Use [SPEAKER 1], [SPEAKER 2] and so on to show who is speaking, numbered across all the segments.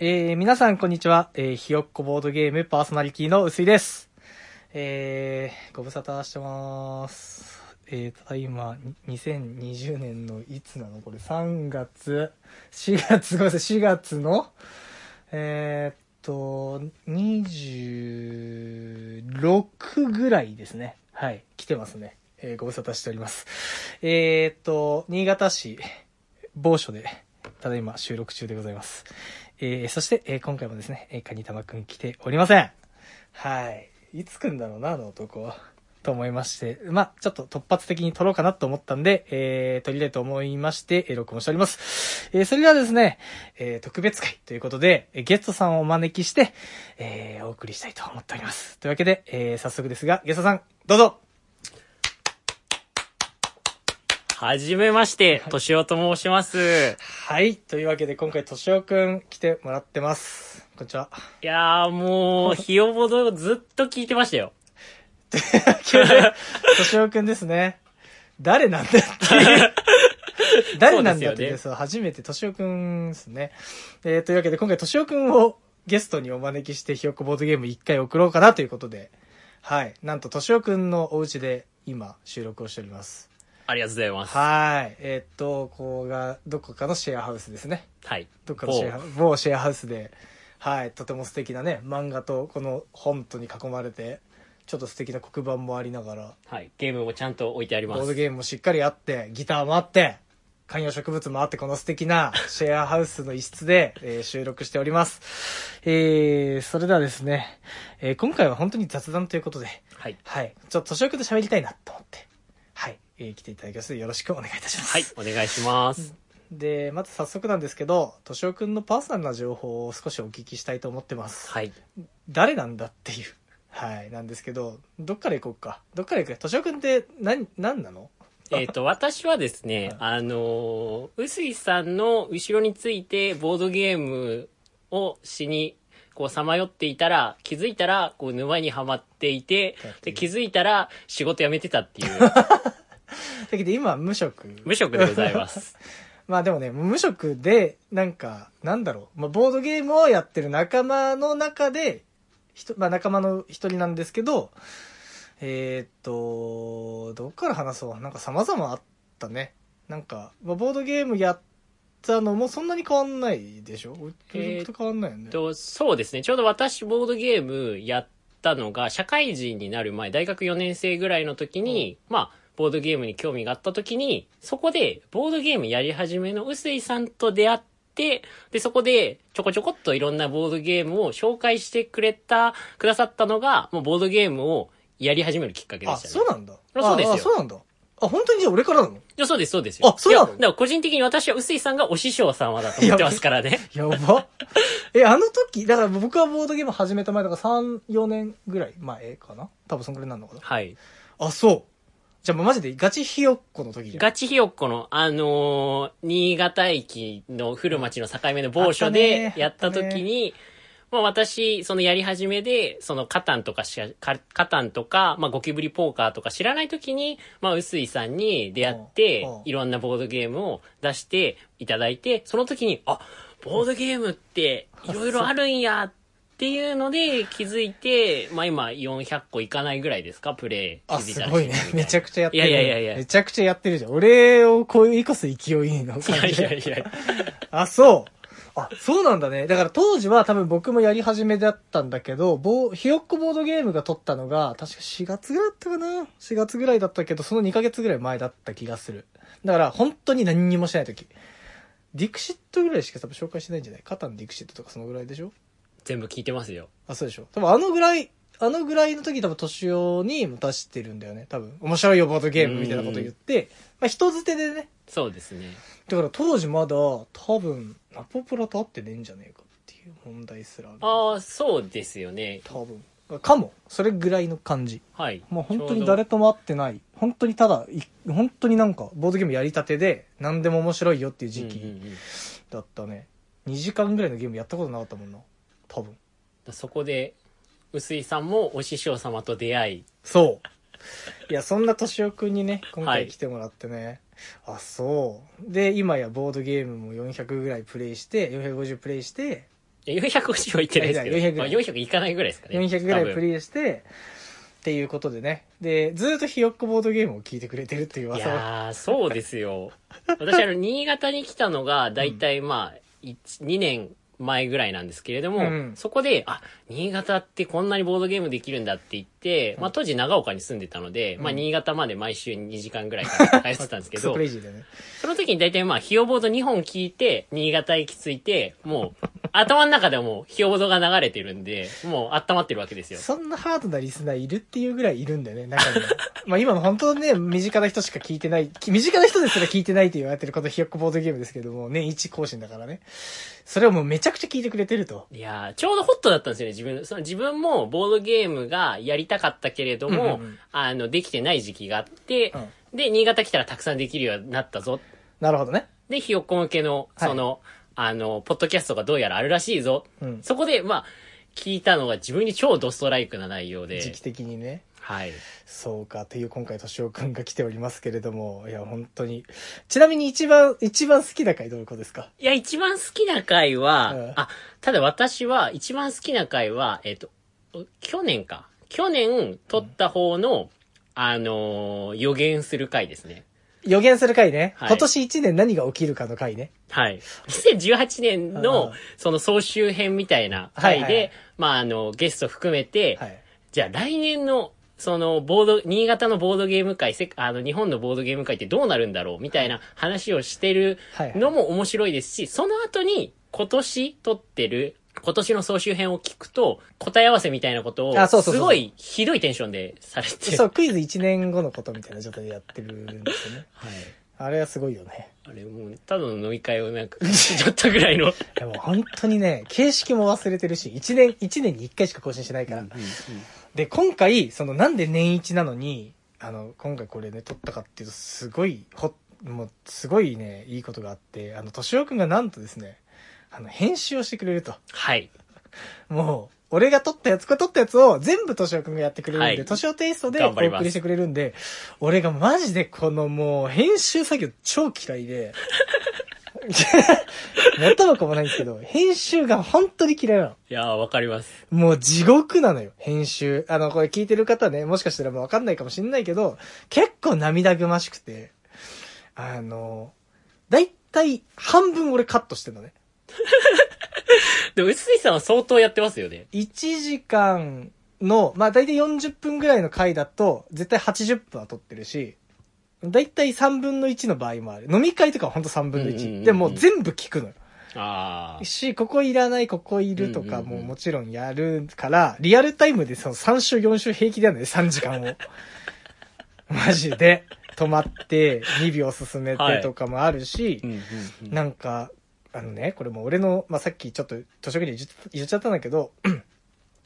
[SPEAKER 1] えー、皆さんこんにちは。えー、ひよっこボードゲームパーソナリティの薄井です。えー、ご無沙汰してます。えー、ただいま、に2020年のいつなのこれ3月、4月、ごめんなさい、4月の、えー、っと、26ぐらいですね。はい、来てますね。えー、ご無沙汰しております。えー、っと、新潟市、某所で、ただいま収録中でございます。えーそして、えー今回もですね、えーカニタマくん来ておりません。はい。いつ来んだろうな、あの男。と思いまして。まあ、ちょっと突発的に撮ろうかなと思ったんで、えー撮りたいと思いまして、えー録音しております。えーそれではですね、えー特別会ということで、えーゲストさんをお招きして、えーお送りしたいと思っております。というわけで、えー早速ですが、ゲストさん、どうぞ
[SPEAKER 2] はじめまして、としおと申します。
[SPEAKER 1] はい。というわけで、今回、としおくん来てもらってます。こんにちは。
[SPEAKER 2] いやーもう、ひよぼどずっと聞いてましたよ。
[SPEAKER 1] としおくんですね。誰なんだっていう。誰なんだっていう
[SPEAKER 2] そうですよね
[SPEAKER 1] そう初めてとしおくんですね。えーというわけで今回としおくんをゲストにお招きしてひよっこボードゲーム1回送ろうかなということで、はい。なんととしおくんのお家で今収録をしております。
[SPEAKER 2] ありがとうございます。
[SPEAKER 1] はい。えーっと、ここがどこかのシェアハウスですね。
[SPEAKER 2] はい。
[SPEAKER 1] どっかのシェアハウス、某シェアハウスで、はい、とても素敵なね、漫画とこの本とに囲まれて、ちょっと素敵な黒板もありながら、
[SPEAKER 2] はい。ゲームもちゃんと置いてあり
[SPEAKER 1] ボ
[SPEAKER 2] ま
[SPEAKER 1] ード
[SPEAKER 2] す。
[SPEAKER 1] ゲームもしっかりあって、ギターもあって、観葉植物もあって、この素敵 なシェアハウスの一室で、えー収録しております。えー、それではですね、えー今回は本当に雑談ということで、
[SPEAKER 2] はい。
[SPEAKER 1] はい、ちょっと年くと喋りたいなと思って、はい、えー来ていただきましてよろしくお願いいたします。
[SPEAKER 2] はい。お願いします。
[SPEAKER 1] で、まず早速なんですけど、としおくんのパーソナルな情報を少しお聞きしたいと思ってます。
[SPEAKER 2] はい。
[SPEAKER 1] 誰なんだっていう。はい、なんですけど、どっから行こうか。どっから行くか。としおくんって何、何なの
[SPEAKER 2] えっ、と、私はですね、あのー、臼井さんの後ろについてボードゲームをしに、こう、さまよっていたら、気づいたら、こう、沼にはまっていて
[SPEAKER 1] やって、る
[SPEAKER 2] で、気づいたら、仕事辞めてたっ ていう、
[SPEAKER 1] だけど今は無職。
[SPEAKER 2] 無職でございます。
[SPEAKER 1] まあでもね、無職で、なんか、なんだろう。まあボードゲームをやってる仲間の中で、ひとまあ仲間の一人なんですけど、えーっと、どっから話そう。なんか様々あったね。なんか、まあ、ボードゲームやったのもそんなに変わんないでしょう
[SPEAKER 2] えー
[SPEAKER 1] ちと変わんないよね
[SPEAKER 2] えっ。と、そうですね。ちょうど私、ボードゲームやったのが、社会人になる前、大学4年生ぐらいの時に、まあ、ボードゲームに興味があった時に、そこで、ボードゲームやり始めの臼井さんと出会って、で、そこで、ちょこちょこっといろんなボードゲームを紹介してくれた、くださったのが、もうボードゲームをやり始めるきっかけで
[SPEAKER 1] あ、
[SPEAKER 2] したね。
[SPEAKER 1] そうなんだ。
[SPEAKER 2] あそうですよ
[SPEAKER 1] あ、そうなんだ。あ、本当にじゃあ俺からなの
[SPEAKER 2] いやそうです、そうですよ。
[SPEAKER 1] あそうなの
[SPEAKER 2] いやだから個人的に私は臼井さんがお師匠様だと思ってますからね。
[SPEAKER 1] やば。え、あの時、だから僕はボードゲーム始めた前だから3、4年ぐらい前かな多分そんぐらいになるのかな
[SPEAKER 2] はい。
[SPEAKER 1] あ、そう。じゃあもうマジでガチひよっこの時じゃん。
[SPEAKER 2] ガチひよっこの、あのー新潟駅の古町の境目の某所
[SPEAKER 1] あったね
[SPEAKER 2] でやった時に、まあ私、そのやり始めで、そのカタンとかしか、カタンとか、まあゴキブリポーカーとか知らない時に、まあ臼井さんに出会って
[SPEAKER 1] うんうん、
[SPEAKER 2] いろんなボードゲームを出していただいて、その時に、あ、ボードゲームっていろいろあるんやっていうので気づいて、まあ今400個いかないぐらいですか、プレイ。
[SPEAKER 1] あ、
[SPEAKER 2] 気づ
[SPEAKER 1] す
[SPEAKER 2] たら
[SPEAKER 1] ごいね。めちゃくちゃやってる、ね。
[SPEAKER 2] いやいやいやいや
[SPEAKER 1] めちゃくちゃやってるじゃん。俺をこういうこそ勢いの
[SPEAKER 2] い
[SPEAKER 1] 感
[SPEAKER 2] や
[SPEAKER 1] じ
[SPEAKER 2] い
[SPEAKER 1] で
[SPEAKER 2] やいや。
[SPEAKER 1] あ、そう。あ、そうなんだね。だから当時は多分僕もやり始めだったんだけど、ぼひよっこボードゲームが撮ったのが、確か4月ぐらいだったかな ?4 月ぐらいだったけど、その2ヶ月ぐらい前だった気がする。だから本当に何にもしない時。ディクシットぐらいしか多分紹介してないんじゃないカタンディクシットとかそのぐらいでしょ
[SPEAKER 2] 全部聞いてますよ。
[SPEAKER 1] あ、そうでしょ。多分あのぐらい、あのぐらいの時多分年をにも出してるんだよね。多分。面白いよ、ボードゲームみたいなこと言って、まあ人捨てでね。
[SPEAKER 2] そうですね。
[SPEAKER 1] だから当時まだ多分、ナポプラと合ってねえんじゃねえかっていう問題すらある。
[SPEAKER 2] ああ、そうですよね。
[SPEAKER 1] 多分。かも。それぐらいの感じ。
[SPEAKER 2] はい。
[SPEAKER 1] もう本当
[SPEAKER 2] ちょ
[SPEAKER 1] に
[SPEAKER 2] うど
[SPEAKER 1] 誰とも会ってない。本当にただ、い本当になんか、ボードゲームやりたてで、何でも面白いよっていう時
[SPEAKER 2] うんう
[SPEAKER 1] 期
[SPEAKER 2] んうん
[SPEAKER 1] だったね。2時間ぐらいのゲームやったことなかったもんな。多分。
[SPEAKER 2] そこで、臼井さんもお師匠様と出会い。
[SPEAKER 1] そう。いや、そんな敏夫くんにね、今
[SPEAKER 2] は
[SPEAKER 1] 回
[SPEAKER 2] い
[SPEAKER 1] 来てもらってね。あ、そう。で、今やボードゲームも400ぐらいプレイして、450プレイして、
[SPEAKER 2] いや450はいってないですけど、
[SPEAKER 1] いやいや400ぐら
[SPEAKER 2] まあ、
[SPEAKER 1] い
[SPEAKER 2] 400いかないぐらいですかね。
[SPEAKER 1] 400ぐらい
[SPEAKER 2] 多
[SPEAKER 1] プ
[SPEAKER 2] 分
[SPEAKER 1] レイして、っていうことでね。で、ずーっとひよっこボードゲームを聞いてくれてるっていう
[SPEAKER 2] い
[SPEAKER 1] 噂を。
[SPEAKER 2] やー、そうですよ。私、あの、新潟に来たのが、だいたいまあ、一2年前ぐらいなんですけれども、
[SPEAKER 1] うん
[SPEAKER 2] そこで、あ、新潟ってこんなにボードゲームできるんだって言って、まあ、当時長岡に住んでたので、まあ、
[SPEAKER 1] うん
[SPEAKER 2] 新潟まで毎週2時間ぐらいかけて帰ってたんです け
[SPEAKER 1] クソ
[SPEAKER 2] ど
[SPEAKER 1] ク、レイジーだよね。
[SPEAKER 2] その時に大体まあ、ひよボード2本聞いて、新潟行き着いて、もう、頭の中でもう、ひよボードが流れてるんで、もう、温まってるわけですよ。
[SPEAKER 1] そんなハードなリスナーいるっていうぐらいいるんだよね、中には。 まあ今の本当ね、身近な人しか聞いてない、き身近な人ですら聞いてないって言われてるこのひよっこボードゲームですけども、年一更新だからね。それをもうめちゃくちゃ聞いてくれてると。
[SPEAKER 2] いやー、ちょうどホットだったんですよね、自分。その自分もボードゲームがやりたかったけれども、
[SPEAKER 1] うんうんうん
[SPEAKER 2] あの、できてない時期があって、
[SPEAKER 1] う
[SPEAKER 2] で、新潟来たらたくさんできるようになったぞ。
[SPEAKER 1] なるほどね。
[SPEAKER 2] で、ひよっこ向けの、
[SPEAKER 1] はい
[SPEAKER 2] その、あの、ポッドキャストがどうやらあるらしいぞ。
[SPEAKER 1] うん
[SPEAKER 2] そこで、まあ、聞いたのが自分に超ドストライクな内容で。
[SPEAKER 1] 時期的にね。
[SPEAKER 2] はい。
[SPEAKER 1] そうか、という今回、としおくんが来ておりますけれども、いや、本当に。ちなみに一番、一番好きな回どういうことですか
[SPEAKER 2] いや、一番好きな回は、
[SPEAKER 1] うん
[SPEAKER 2] あ、ただ私は、一番好きな回は、えっ、と、お去年か。去年撮った方の、あのー予言する回ですね。
[SPEAKER 1] 予言する回ね。
[SPEAKER 2] はい
[SPEAKER 1] 今年1年何が起きるかの回ね。
[SPEAKER 2] はい。2018年
[SPEAKER 1] う
[SPEAKER 2] の
[SPEAKER 1] ん、
[SPEAKER 2] その総集編みたいな回
[SPEAKER 1] は
[SPEAKER 2] で、
[SPEAKER 1] いはいはい
[SPEAKER 2] まあ、あの、ゲスト含めて、
[SPEAKER 1] はい。
[SPEAKER 2] じゃあ来年の、その、ボード、新潟のボードゲーム会、せあの、日本のボードゲーム会ってどうなるんだろうみたいな話をしてる
[SPEAKER 1] はいはい
[SPEAKER 2] のも面白いですし、その後に今年撮ってる、今年の総集編を聞くと、答え合わせみたいなこと
[SPEAKER 1] あ
[SPEAKER 2] を、
[SPEAKER 1] そうそうそう
[SPEAKER 2] すごいひどいテンションでされて。
[SPEAKER 1] そう、クイズ1年後のことみたいな状態でやってるんですよね。
[SPEAKER 2] はい。
[SPEAKER 1] あれはすごいよね。
[SPEAKER 2] あれ、もう、ただの飲み会をなんか、ちょっとぐらいの。
[SPEAKER 1] でも本当にね、形式も忘れてるし、1年、一年に1回しか更新してないから。で、今回、そのなんで年一なのに、あの、今回これね、撮ったかっていうと、すごい、ほ、もう、すごいね、いいことがあって、あの、としおくんがなんとですね、あの、編集をしてくれると。
[SPEAKER 2] はい。
[SPEAKER 1] もう、俺が撮ったやつ、これ撮ったやつを全部としおくんがやってくれるん
[SPEAKER 2] は
[SPEAKER 1] で、
[SPEAKER 2] い
[SPEAKER 1] としおテイストでお
[SPEAKER 2] 頑張ります
[SPEAKER 1] 送りしてくれるんで、俺がマジでこのもう、編集作業超嫌いで、 元も子もないんですけど、編集が本当に嫌いなの。
[SPEAKER 2] いやー、わかります。
[SPEAKER 1] もう地獄なのよ、編集。あの、これ聞いてる方ね、もしかしたらもうわかんないかもしんないけど、結構涙ぐましくて、あの、だいたい半分俺カットしてんのね。
[SPEAKER 2] でも、臼井さんは相当やってますよね。
[SPEAKER 1] 1時間の、まあ大体40分ぐらいの回だと、絶対80分は撮ってるし、大体3分の1の場合もある。飲み会とかはほんと3分の
[SPEAKER 2] うんうんうんう
[SPEAKER 1] 1。
[SPEAKER 2] ん
[SPEAKER 1] でもう全部聞くのよ。
[SPEAKER 2] ああ。
[SPEAKER 1] し、ここいらない、ここいるとか
[SPEAKER 2] うんうんうん
[SPEAKER 1] ももちろんやるから、リアルタイムでその3週4週平気だよね、3時 間を。マジで。止まって、2秒進めてとかもあるし、
[SPEAKER 2] うんうんうん
[SPEAKER 1] なんか、あのね、これもう俺の、まあ、さっきちょっと、図書館に言っちゃ言っちゃったんだけど、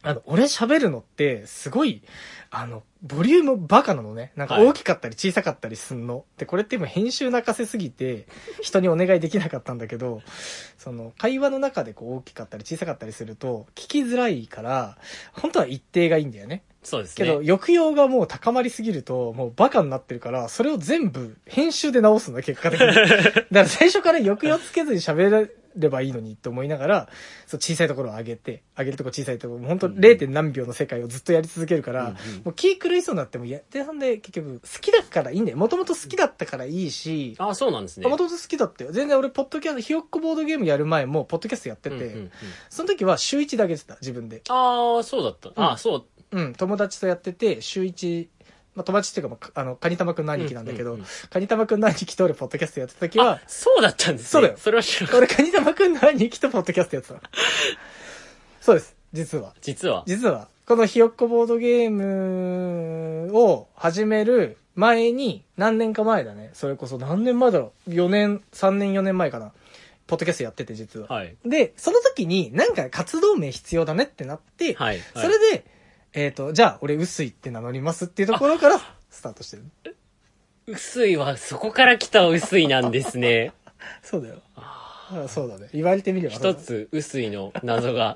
[SPEAKER 1] あの、俺喋るのって、すごい、あの、ボリュームバカなのね。なんか
[SPEAKER 2] はい
[SPEAKER 1] 大きかったり小さかったりすんの。で、これって今編集泣かせすぎて、人にお願いできなかったんだけど、その、会話の中でこう大きかったり小さかったりすると、聞きづらいから、本当は一定がいいんだよね。
[SPEAKER 2] そうです
[SPEAKER 1] け
[SPEAKER 2] ね。
[SPEAKER 1] ど、抑揚がもう高まりすぎると、もうバカになってるから、それを全部編集で直すんだ、結果的 に。だから最初から抑揚つけずに喋ればいいのにって思いながら、そう小さいところを上げて、上げるとこ小さいところ、本当
[SPEAKER 2] うん
[SPEAKER 1] 0. 何秒の世界をずっとやり続けるから、
[SPEAKER 2] うんうん
[SPEAKER 1] もう気狂いそうになっても、いや、で、そんで結局、好きだからいいんだよ。もともと好きだったからいいし、
[SPEAKER 2] ああ、そうなんですね。
[SPEAKER 1] もともと好きだったよ。全然俺、ポッドキャスト、ひよっこボードゲームやる前も、ポッドキャストやってて、
[SPEAKER 2] うんうんうん
[SPEAKER 1] その時は週1で上げてた、自分で。
[SPEAKER 2] ああ、そうだった。ああ、そう。
[SPEAKER 1] うん、友達とやってて、週一、まあ、友達っていうか、まあ、あの、カニタマくんの兄貴なんだけど、
[SPEAKER 2] うんうんうん
[SPEAKER 1] カニタマくんの兄貴と俺、ポッドキャストやってた時
[SPEAKER 2] あ
[SPEAKER 1] は、、
[SPEAKER 2] そうだったんですね。
[SPEAKER 1] そうだよ
[SPEAKER 2] それは知らなかった。
[SPEAKER 1] 俺、カニタマくんの兄貴とポッドキャスト やってたの。そうです、実は。
[SPEAKER 2] 実は。
[SPEAKER 1] 実は、このひよっこボードゲームを始める前に、何年か前だね。それこそ何年前だろう ?4 年、3年4年前かな。ポッドキャストやってて、実は。
[SPEAKER 2] はい。
[SPEAKER 1] で、その時に、なんか活動名必要だねってなって、
[SPEAKER 2] はい。はい
[SPEAKER 1] それで、えっ、と、じゃあ、俺、薄いって名乗りますっていうところから、スタートしてる。
[SPEAKER 2] 薄いは、そこから来た薄いなんで すね。
[SPEAKER 1] そうだよ。あそうだね。言われてみれば。
[SPEAKER 2] 一つ、薄いの謎が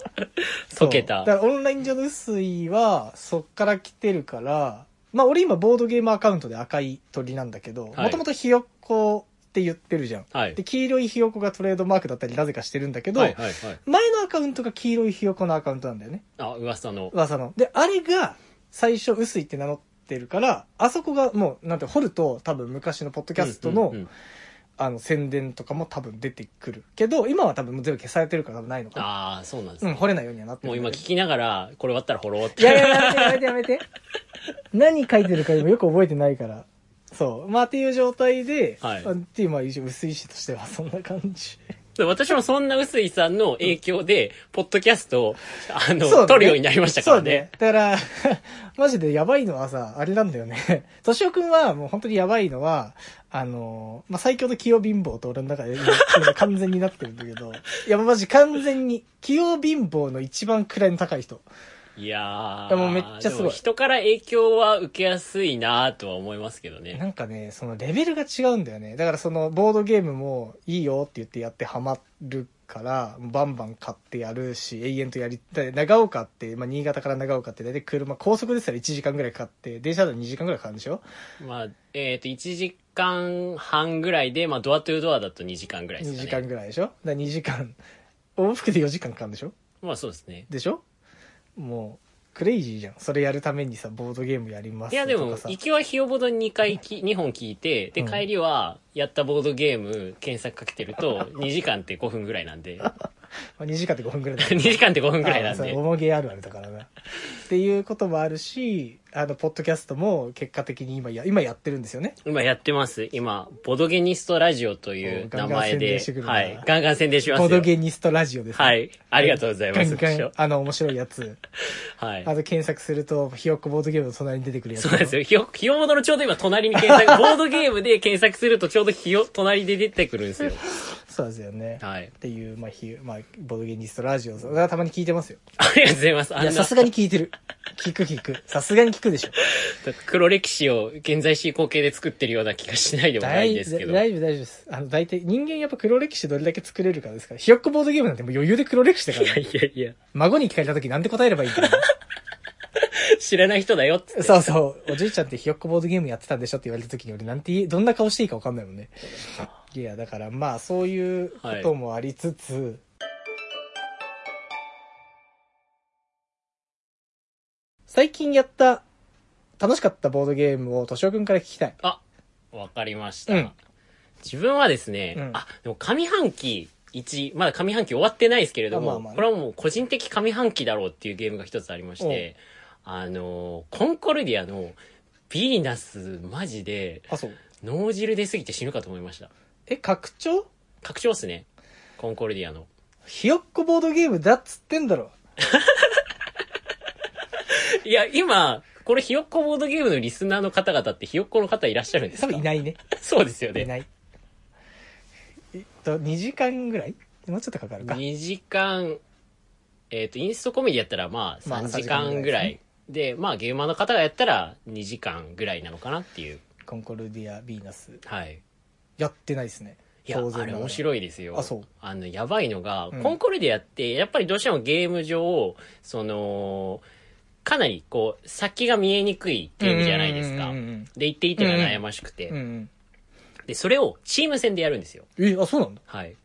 [SPEAKER 1] そう
[SPEAKER 2] 解けた。
[SPEAKER 1] だから、オンライン上の薄いは、そっから来てるから、まあ、俺今、ボードゲームアカウントで赤い鳥なんだけど、
[SPEAKER 2] はい
[SPEAKER 1] もともとひよっこって言ってるじゃん。
[SPEAKER 2] はい
[SPEAKER 1] で、黄色いひよこがトレードマークだったり、なぜかしてるんだけど、
[SPEAKER 2] はい、はい、はい。
[SPEAKER 1] 前のアアカウントが黄色いひよこのアカウントなんだよね。
[SPEAKER 2] あ、噂の。
[SPEAKER 1] 噂の。で、あれが、最初、薄いって名乗ってるから、あそこがもう、なんて、掘ると、多分昔のポッドキャストの、
[SPEAKER 2] うんうん
[SPEAKER 1] あの、宣伝とかも多分出てくるけど、今は多分もう全部消されてるから多分ないのかな。
[SPEAKER 2] ああ、そうなんで
[SPEAKER 1] う
[SPEAKER 2] すね
[SPEAKER 1] ん、掘れないようにはなって
[SPEAKER 2] も
[SPEAKER 1] る
[SPEAKER 2] うん今
[SPEAKER 1] だ
[SPEAKER 2] 聞
[SPEAKER 1] けど。
[SPEAKER 2] きながら、これ終わったら掘ろうって。
[SPEAKER 1] いやいや、やめてやめて やめて。何書いてるか今よく覚えてないから。そう。まあ、っていう状態で、
[SPEAKER 2] はい
[SPEAKER 1] あっていう、まあ、一応薄い石としてはそんな感じ。
[SPEAKER 2] で私もそんな臼井さんの影響で、ポッドキャストを、あの、
[SPEAKER 1] そうだね
[SPEAKER 2] 撮るようになりましたか
[SPEAKER 1] そ
[SPEAKER 2] らね。
[SPEAKER 1] うね。だから、 マジでやばいのはさ、あれなんだよね。 としおくんはもう本当にやばいのは、あの、まあ、最強の器用貧乏と俺の中で今今完全になってるんだけ ど、いや、マジ完全に、器用貧乏の一番位の高い人。
[SPEAKER 2] いや
[SPEAKER 1] い
[SPEAKER 2] ー。
[SPEAKER 1] やもうめっちゃすごい
[SPEAKER 2] でも人から影響は受けやすいなとは思いますけど
[SPEAKER 1] な
[SPEAKER 2] ね。
[SPEAKER 1] んかね、そのレベルが違うんだよね。だからそのボードゲームもいいよって言ってやってハマるから、バンバン買ってやるし、永遠とやりたい。長岡って、まあ、新潟から長岡って大体車、高速ですら1時間ぐらいかかって、電車だと2時間ぐらいかかるんでしょ
[SPEAKER 2] まあ、えっ、と、1時間半ぐらいで、まあ、ドアトゥードアだと2時間ぐらいです
[SPEAKER 1] 2
[SPEAKER 2] かね。
[SPEAKER 1] 時間ぐらいでしょだから2時間 往復で4時間かかるんでしょ
[SPEAKER 2] まあ、そうですね。
[SPEAKER 1] でしょもうクレイジーじゃんそれやるためにさボードゲームやります
[SPEAKER 2] いや、で
[SPEAKER 1] と
[SPEAKER 2] も、
[SPEAKER 1] かさ
[SPEAKER 2] 行きはひよぼどに2回き、2本聞いて、で、
[SPEAKER 1] うん
[SPEAKER 2] 帰りは、やったボードゲーム検索かけてると、2時 間って5分ぐらいなんで、
[SPEAKER 1] まあ2時間って5分ぐらいだ
[SPEAKER 2] 2時間って5分ぐらいなん
[SPEAKER 1] あ
[SPEAKER 2] で
[SPEAKER 1] そう。重げあるあるだからなっていうこともあるしあのポッドキャストも結果的に今や今やってるんですよね
[SPEAKER 2] 今やってます。今、ボドゲニストラジオとい
[SPEAKER 1] お
[SPEAKER 2] う
[SPEAKER 1] うガ
[SPEAKER 2] 名
[SPEAKER 1] ンガン
[SPEAKER 2] 前
[SPEAKER 1] 宣
[SPEAKER 2] で
[SPEAKER 1] 伝してく、るな
[SPEAKER 2] はい。ガンガン宣伝します
[SPEAKER 1] ボ
[SPEAKER 2] よ。
[SPEAKER 1] ードゲニストラジオです、
[SPEAKER 2] はい。ありがとうございます。
[SPEAKER 1] ガンガンあの面白いやつ
[SPEAKER 2] はい
[SPEAKER 1] あ。の検索するとひよっこボードゲームの隣に出てくるやつ
[SPEAKER 2] そうなんですよ。ひよ、ひよもどのちょうど今隣に検索、ボードゲームで検索するとちょうどひよ、隣で出てくるん ですよ。
[SPEAKER 1] そうですよね
[SPEAKER 2] はい
[SPEAKER 1] っ。ていう、まあひまあ、ボードゲニストラジオそれはたまに聞いてますよ
[SPEAKER 2] ありがとうございます。あ
[SPEAKER 1] いや、
[SPEAKER 2] ん
[SPEAKER 1] さ
[SPEAKER 2] な、
[SPEAKER 1] すがに聞いてる。聞く聞く。さすがに聞くでしょ。
[SPEAKER 2] 黒歴史を現在進行形で作ってるような気がしないでもな
[SPEAKER 1] 大
[SPEAKER 2] い
[SPEAKER 1] 丈
[SPEAKER 2] ですけ
[SPEAKER 1] 夫、
[SPEAKER 2] ど。
[SPEAKER 1] 大丈夫です。あの、大体、人間やっぱ黒歴史どれだけ作れるかですから。ひよっこボードゲームなんてもう余裕で黒歴史だから、ね。
[SPEAKER 2] いやいや、
[SPEAKER 1] 孫に聞かれた時なんて答えればいいんだよ。
[SPEAKER 2] 知らない人だよっ つって。
[SPEAKER 1] そうそう。おじいちゃんってひよっこボードゲームやってたんでしょって言われた時に俺なんて言い、どんな顔していいかわかんないもんね。いや、だからまあ、そういうこともありつつ、最近やった、楽しかったボードゲームを、としおくんから聞きたい。
[SPEAKER 2] あ、わかりました。
[SPEAKER 1] うん
[SPEAKER 2] 自分はですね、
[SPEAKER 1] うん
[SPEAKER 2] あ、でも上半期1、まだ上半期終わってないですけれども、
[SPEAKER 1] あまあまあね
[SPEAKER 2] これはもう個人的上半期だろうっていうゲームが一つありまして、あのー、コンコルディアのヴィーナス、マジで、
[SPEAKER 1] あ、そう。
[SPEAKER 2] 脳汁出すぎて死ぬかと思いました。
[SPEAKER 1] え、拡張
[SPEAKER 2] 拡張っすね。コンコルディアの。
[SPEAKER 1] ひよっこボードゲームだっつってんだろ。
[SPEAKER 2] いや、今、これひよっこボードゲームのリスナーの方々ってひよっこの方いらっしゃるんです
[SPEAKER 1] 多
[SPEAKER 2] か
[SPEAKER 1] 分い
[SPEAKER 2] い。
[SPEAKER 1] ないね。
[SPEAKER 2] そうですよ
[SPEAKER 1] い
[SPEAKER 2] ね。
[SPEAKER 1] ない。えっと、2時間ぐらいもうちょっとかかるか。
[SPEAKER 2] 2時間、えっ、と、インストコメディやったら、まあ、
[SPEAKER 1] まあ
[SPEAKER 2] 3時間
[SPEAKER 1] 3時
[SPEAKER 2] ぐら
[SPEAKER 1] 間ぐらい
[SPEAKER 2] い。で、まあ、ゲーマーの方がやったら、2時間ぐらいなのかなっていう。
[SPEAKER 1] コンコルディア・ヴィーナス。
[SPEAKER 2] はい。
[SPEAKER 1] やってないですね。
[SPEAKER 2] いや、あれ面白
[SPEAKER 1] い。
[SPEAKER 2] いですよ。
[SPEAKER 1] あそう
[SPEAKER 2] あの、やばいのが、
[SPEAKER 1] うん
[SPEAKER 2] コンコルディアって、やっぱりどうしてもゲーム上、その、かなり、こう、先が見えにくいゲームじゃないですか
[SPEAKER 1] うんう。ん
[SPEAKER 2] で、一手一手が悩ましくて。
[SPEAKER 1] うんうん。うん
[SPEAKER 2] で、それをチーム戦でやるんですよ。
[SPEAKER 1] うんえ、あ、そうなんだ。
[SPEAKER 2] はい。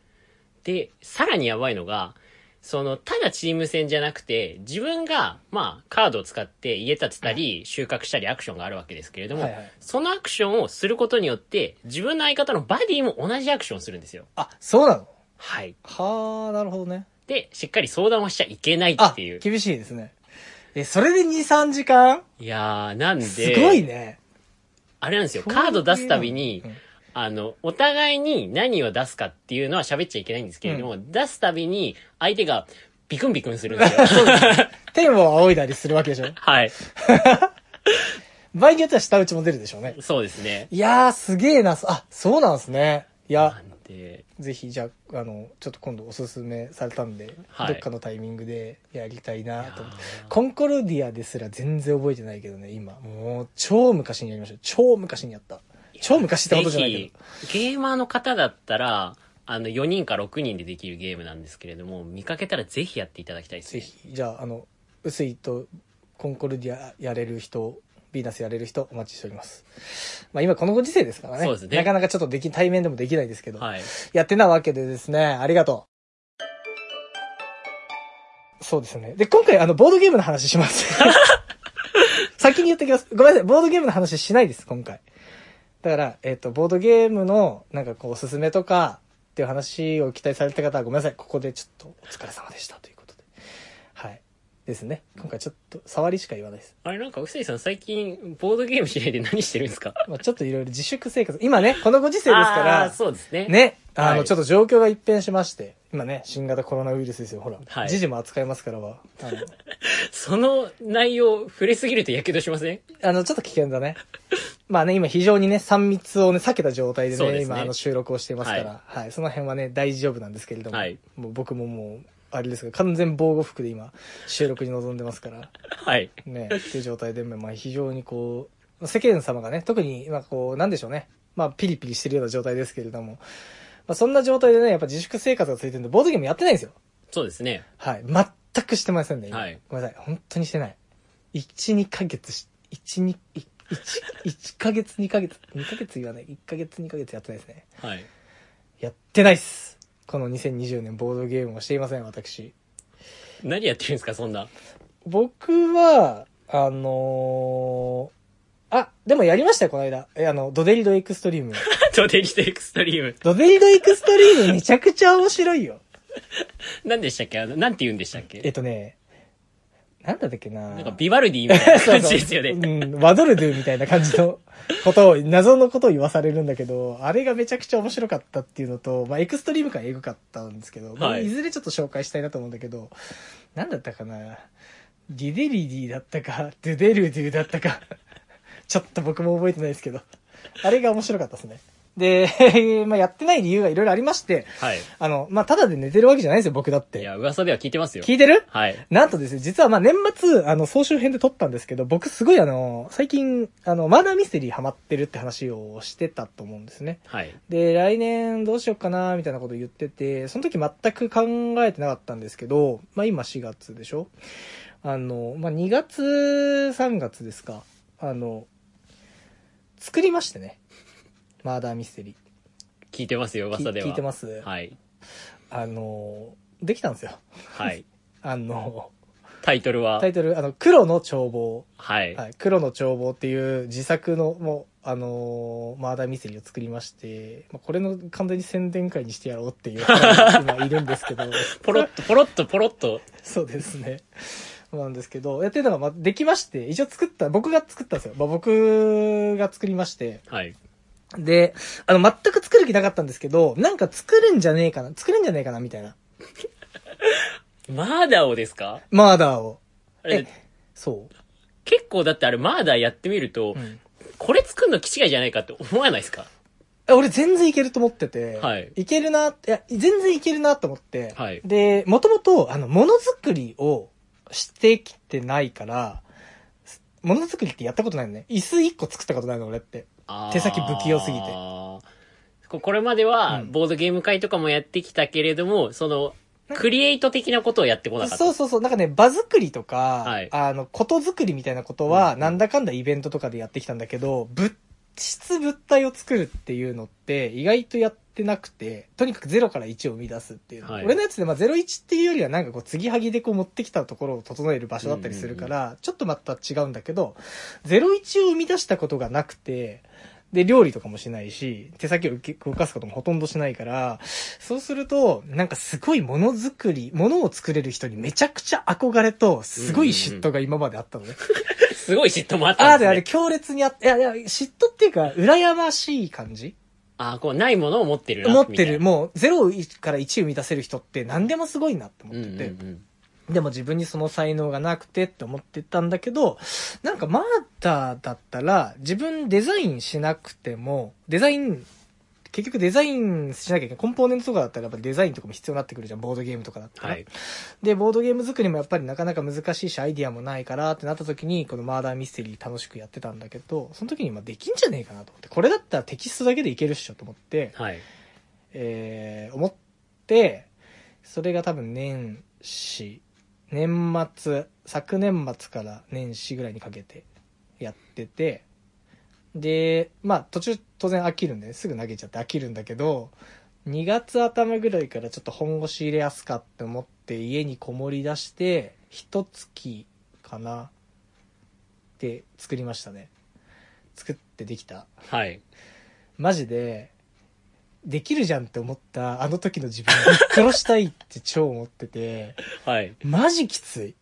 [SPEAKER 2] で、さらにやばいのが、その、ただチーム戦じゃなくて、自分が、まあ、カードを使って家建てたり、収穫したりアクションがあるわけですけれども、
[SPEAKER 1] はいはい
[SPEAKER 2] そのアクションをすることによって、自分の相方のバディも同じアクションをするんですよ。
[SPEAKER 1] あ、そうなの
[SPEAKER 2] はい。
[SPEAKER 1] はあ、なるほどね。
[SPEAKER 2] で、しっかり相談をしちゃいけない
[SPEAKER 1] あ、
[SPEAKER 2] っていう。
[SPEAKER 1] 厳しいですね。え、それで2、3時間
[SPEAKER 2] いやー、なんで、
[SPEAKER 1] すごいね。
[SPEAKER 2] あれなんですよ、
[SPEAKER 1] そういう
[SPEAKER 2] カード出すたびに、
[SPEAKER 1] うん
[SPEAKER 2] あの、お互いに何を出すかっていうのは喋っちゃいけないんですけれども、出すたびに、相手がビクンビクンするんです よ。
[SPEAKER 1] 天を仰いだりするわけでしょ
[SPEAKER 2] はい。
[SPEAKER 1] 場合によっては下打ちも出るでしょうね。
[SPEAKER 2] そうですね。
[SPEAKER 1] いやー、すげえな。あ、そうなんですね。いや
[SPEAKER 2] な、んで、
[SPEAKER 1] ぜひ、じゃあ、あの、ちょっと今度おすすめされたんで、
[SPEAKER 2] はい
[SPEAKER 1] どっかのタイミングでやりたいなと思って
[SPEAKER 2] いや。ー
[SPEAKER 1] コンコルディアですら全然覚えてないけどね、今。もう、超昔にやりました。超昔にやった。超昔って
[SPEAKER 2] ぜ
[SPEAKER 1] ことじゃないけ
[SPEAKER 2] ひ、ゲーマーの方だったら、あの、4人か6人でできるゲームなんですけれども、見かけたらぜひやっていただきたいで
[SPEAKER 1] ど。
[SPEAKER 2] す
[SPEAKER 1] ぜ
[SPEAKER 2] ね。
[SPEAKER 1] ひ、じゃあ、あの、薄いとコンコルディアやれる人、ヴィーナスやれる人、お待ちしております。まあ今このご時世ですからね。
[SPEAKER 2] そうですね
[SPEAKER 1] なかなかちょっとでき、対面でもできないですけど。
[SPEAKER 2] はい。
[SPEAKER 1] やってなわけでですね、ありがとう。そうですね。で、今回、あの、ボードゲームの話し ます。先に言ってきます。ごめんなさい。ボードゲームの話しないです、今回。だから、えっ、と、ボードゲームの、なんかこう、おすすめとか、っていう話を期待された方は、ごめんなさい。ここでちょっと、お疲れ様でした、ということで。はい。ですね。今回ちょっと、触りしか言わないです。
[SPEAKER 2] あれなんか、うさぎさん最近、ボードゲームしないで何してるんですか
[SPEAKER 1] まあちょっといろいろ自粛生活。今ね、このご時世ですか
[SPEAKER 2] あー
[SPEAKER 1] ら、
[SPEAKER 2] そうですね。。
[SPEAKER 1] ね、あ
[SPEAKER 2] は
[SPEAKER 1] の、
[SPEAKER 2] い
[SPEAKER 1] ちょっと状況が一変しまして、今ね、新型コロナウイルスですよ、ほら。
[SPEAKER 2] はい
[SPEAKER 1] 時事も扱いますからは。あの
[SPEAKER 2] その内容、触れすぎると火傷しません
[SPEAKER 1] あの、ちょっと危険だね。まあね、今非常にね、3密をね、避けた状態で
[SPEAKER 2] そう
[SPEAKER 1] ね、
[SPEAKER 2] ですね
[SPEAKER 1] 今あの収録をしてますから、
[SPEAKER 2] は
[SPEAKER 1] はい、その辺はね、大丈夫なんですけれども、
[SPEAKER 2] はい
[SPEAKER 1] もう僕ももう、あれですが、完全防護服で今、収録に臨んでますから、
[SPEAKER 2] はい。
[SPEAKER 1] ね、っていう状態で、まあ非常にこう、世間様がね、特に、まあこう、なんでしょうね、まあピリピリしてるような状態ですけれども、まあそんな状態でね、やっぱ自粛生活がついてるんで、ボードゲームやってないんですよ。
[SPEAKER 2] そうですね。
[SPEAKER 1] はい。全くしてませんね。今
[SPEAKER 2] はい
[SPEAKER 1] ごめんなさい。本当にしてない。1、2ヶ月し、1、2、1、1ヶ月、2ヶ月、2ヶ月言わない。1ヶ月、2ヶ月やってないですね。
[SPEAKER 2] はい。
[SPEAKER 1] やってないっす。この2020年ボードゲームをしていません、私。
[SPEAKER 2] 何やってるんですか、そんな。
[SPEAKER 1] 僕は、あのーあ、でもやりましたよ、この間。え、あの、ドデリドエクストリ ーム。
[SPEAKER 2] と、デジタルエクストリーム。
[SPEAKER 1] ドデリドエクストリームめちゃくちゃ面白いよ。
[SPEAKER 2] 何でしたっけあの、なんて言うんでしたっけ
[SPEAKER 1] えっとね、なんだったっけな
[SPEAKER 2] なんかビバルディみたい な
[SPEAKER 1] そう
[SPEAKER 2] 感
[SPEAKER 1] そう
[SPEAKER 2] じですよね。
[SPEAKER 1] うん、ワドルドゥみたいな感じのことを、謎のことを言わされるんだけど、あれがめちゃくちゃ面白かったっていうのと、まあ、エクストリーム感エグかったんですけど、まあ
[SPEAKER 2] はい
[SPEAKER 1] い、ずれちょっと紹介したいなと思うんだけど、なんだったかなディデリディだったか、ドゥデルドゥだったか、ちょっと僕も覚えてないですけど、あれが面白かったですね。で、まあ、やってない理由がいろいろありまして、
[SPEAKER 2] はい。
[SPEAKER 1] あの、まあ、ただで寝てるわけじゃないですよ、僕だっ
[SPEAKER 2] い
[SPEAKER 1] て。
[SPEAKER 2] や、噂では聞いてますよ。
[SPEAKER 1] 聞いてる
[SPEAKER 2] はい。
[SPEAKER 1] なんとですね、実はまあ年末、あの、総集編で撮ったんですけど、僕すごいあの、最近、あの、マーダーミステリーハマってるって話をしてたと思うんですね。
[SPEAKER 2] はい。
[SPEAKER 1] で、来年どうしようかな、みたいなこと言ってて、その時全く考えてなかったんですけど、まあ今4月でしょあの、まあ2月、3月ですか。あの、作りましてね。マーダーミステリ
[SPEAKER 2] 聞いてますよ、
[SPEAKER 1] ー。き
[SPEAKER 2] 噂では。
[SPEAKER 1] 聞いてます、
[SPEAKER 2] はい。
[SPEAKER 1] あの、できたんですよ。
[SPEAKER 2] はい。
[SPEAKER 1] あの、
[SPEAKER 2] タイトルは
[SPEAKER 1] タ、イトル、あの、黒の眺望。
[SPEAKER 2] はい。
[SPEAKER 1] はい、黒の眺望っていう自作の、もう、あのーマーダーミステリーを作りまして、まあ、これの完全に宣伝会にしてやろうって いう今いるんですけど、
[SPEAKER 2] ポロッと、ポロッと、ポロッと。
[SPEAKER 1] そうですね。なんですけど、やってるのが、まあ、できまして、一応作った、僕が作ったんですよ。まあ、僕が作りまして。
[SPEAKER 2] はい。
[SPEAKER 1] で、あの、全く作る気なかったんですけど、なんか作るんじゃねえかな、作るんじゃねえかな、みたいな。
[SPEAKER 2] マーダーをですか
[SPEAKER 1] マーダーを。
[SPEAKER 2] あれ
[SPEAKER 1] えそう。
[SPEAKER 2] 結構だってあれマーダーやってみると、
[SPEAKER 1] うん
[SPEAKER 2] これ作るの気違いじゃないかって思わないですか
[SPEAKER 1] え俺全然いけると思ってて、
[SPEAKER 2] はい
[SPEAKER 1] けるな、いや、全然いけるなと思って、
[SPEAKER 2] はい
[SPEAKER 1] で、もともと、あの、ものづくりをしてきてないから、ものづくりってやったことないのね。椅子1個作ったことないの、俺って。手先不器用すぎて
[SPEAKER 2] て。ここれまでは、
[SPEAKER 1] うん
[SPEAKER 2] ボードゲーム会とかもやってきたけれども、その、クリエイト的なことをやってこなかった。
[SPEAKER 1] そうそうそう、なんかね、場作りとか、
[SPEAKER 2] はい
[SPEAKER 1] あの、ことづくりみたいなこと
[SPEAKER 2] うん
[SPEAKER 1] は、
[SPEAKER 2] うん
[SPEAKER 1] なんだかんだイベントとかでやってきたんだけど、物質物体を作るっていうのって、意外とやってなくて、とにかく0から1を生み出すっていう。
[SPEAKER 2] はい
[SPEAKER 1] 俺のやつで、まあ、01っていうよりは、なんかこう、継ぎはぎでこう持ってきたところを整える場所だったりするから、ちょっとまた違うんだけど、01を生み出したことがなくて、で、料理とかもしないし、手先を動かすこともほとんどしないから、そうすると、なんかすごいものづくり、ものを作れる人にめちゃくちゃ憧れと、すごい嫉妬が今まであったのね。
[SPEAKER 2] すごい嫉妬もあっ
[SPEAKER 1] あ
[SPEAKER 2] た
[SPEAKER 1] あ、
[SPEAKER 2] ん
[SPEAKER 1] で
[SPEAKER 2] で
[SPEAKER 1] すあ
[SPEAKER 2] ね
[SPEAKER 1] れ。強烈にあって、いやいや、嫉妬っていうか、羨ましい感じ
[SPEAKER 2] ああ、こう、ないものを持ってるな。
[SPEAKER 1] 持って
[SPEAKER 2] み
[SPEAKER 1] る、
[SPEAKER 2] たい
[SPEAKER 1] もう0から1を満たせる人って何でもすごいなって思
[SPEAKER 2] な。
[SPEAKER 1] ってて、
[SPEAKER 2] うんうんうん
[SPEAKER 1] でも自分にその才能がなくてって思ってたんだけど、なんかマーターだったら自分デザインしなくても、デザイン、結局デザインしなきゃいけない。コンポーネントとかだったらやっぱデザインとかも必要になってくるじゃん。ボードゲームとかだったら。
[SPEAKER 2] はい。
[SPEAKER 1] で、ボードゲーム作りもやっぱりなかなか難しいし、アイディアもないからってなった時に、このマーダーミステリー楽しくやってたんだけど、その時にまあできんじゃねえかなと思って、これだったらテキストだけでいけるっしょと思って、
[SPEAKER 2] はい。
[SPEAKER 1] えー思って、それが多分年始、年末、昨年末から年始ぐらいにかけてやってて、で、まあ途中当然飽きるんで、すぐ投げちゃって飽きるんだけど、 2月頭ぐらいからちょっと本腰入れやすかって思って家にこもり出して一月かなで作りましたね作ってできた
[SPEAKER 2] はい。
[SPEAKER 1] マジでできるじゃんって思ったあの時の自分を殺したいって超思ってて
[SPEAKER 2] はい。
[SPEAKER 1] マジきつい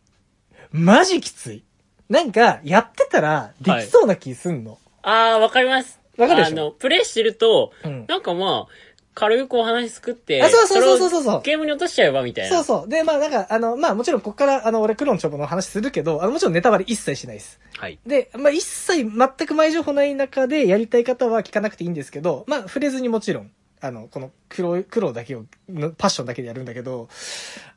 [SPEAKER 1] マジきついなんかやってたらできそうな気すんの、
[SPEAKER 2] あー、わかります。
[SPEAKER 1] わかるでし
[SPEAKER 2] あ
[SPEAKER 1] ょ
[SPEAKER 2] の、プレイしてると、
[SPEAKER 1] うん
[SPEAKER 2] なんかまあ、軽くお話作って、
[SPEAKER 1] あそうそうそうそうそう
[SPEAKER 2] れをゲームに落としちゃえばみたいな。
[SPEAKER 1] そうそう。で、まあなんか、あの、まあもちろんここから、あの、俺、クロンチョボの話するけど、あの、もちろんネタバレ一切しないです。
[SPEAKER 2] はい。
[SPEAKER 1] で、まあ一切全く前情報ない中でやりたい方は聞かなくていいんですけど、まあ触れずにもちろん、あの、この黒い、黒だけを、のパッションだけでやるんだけど、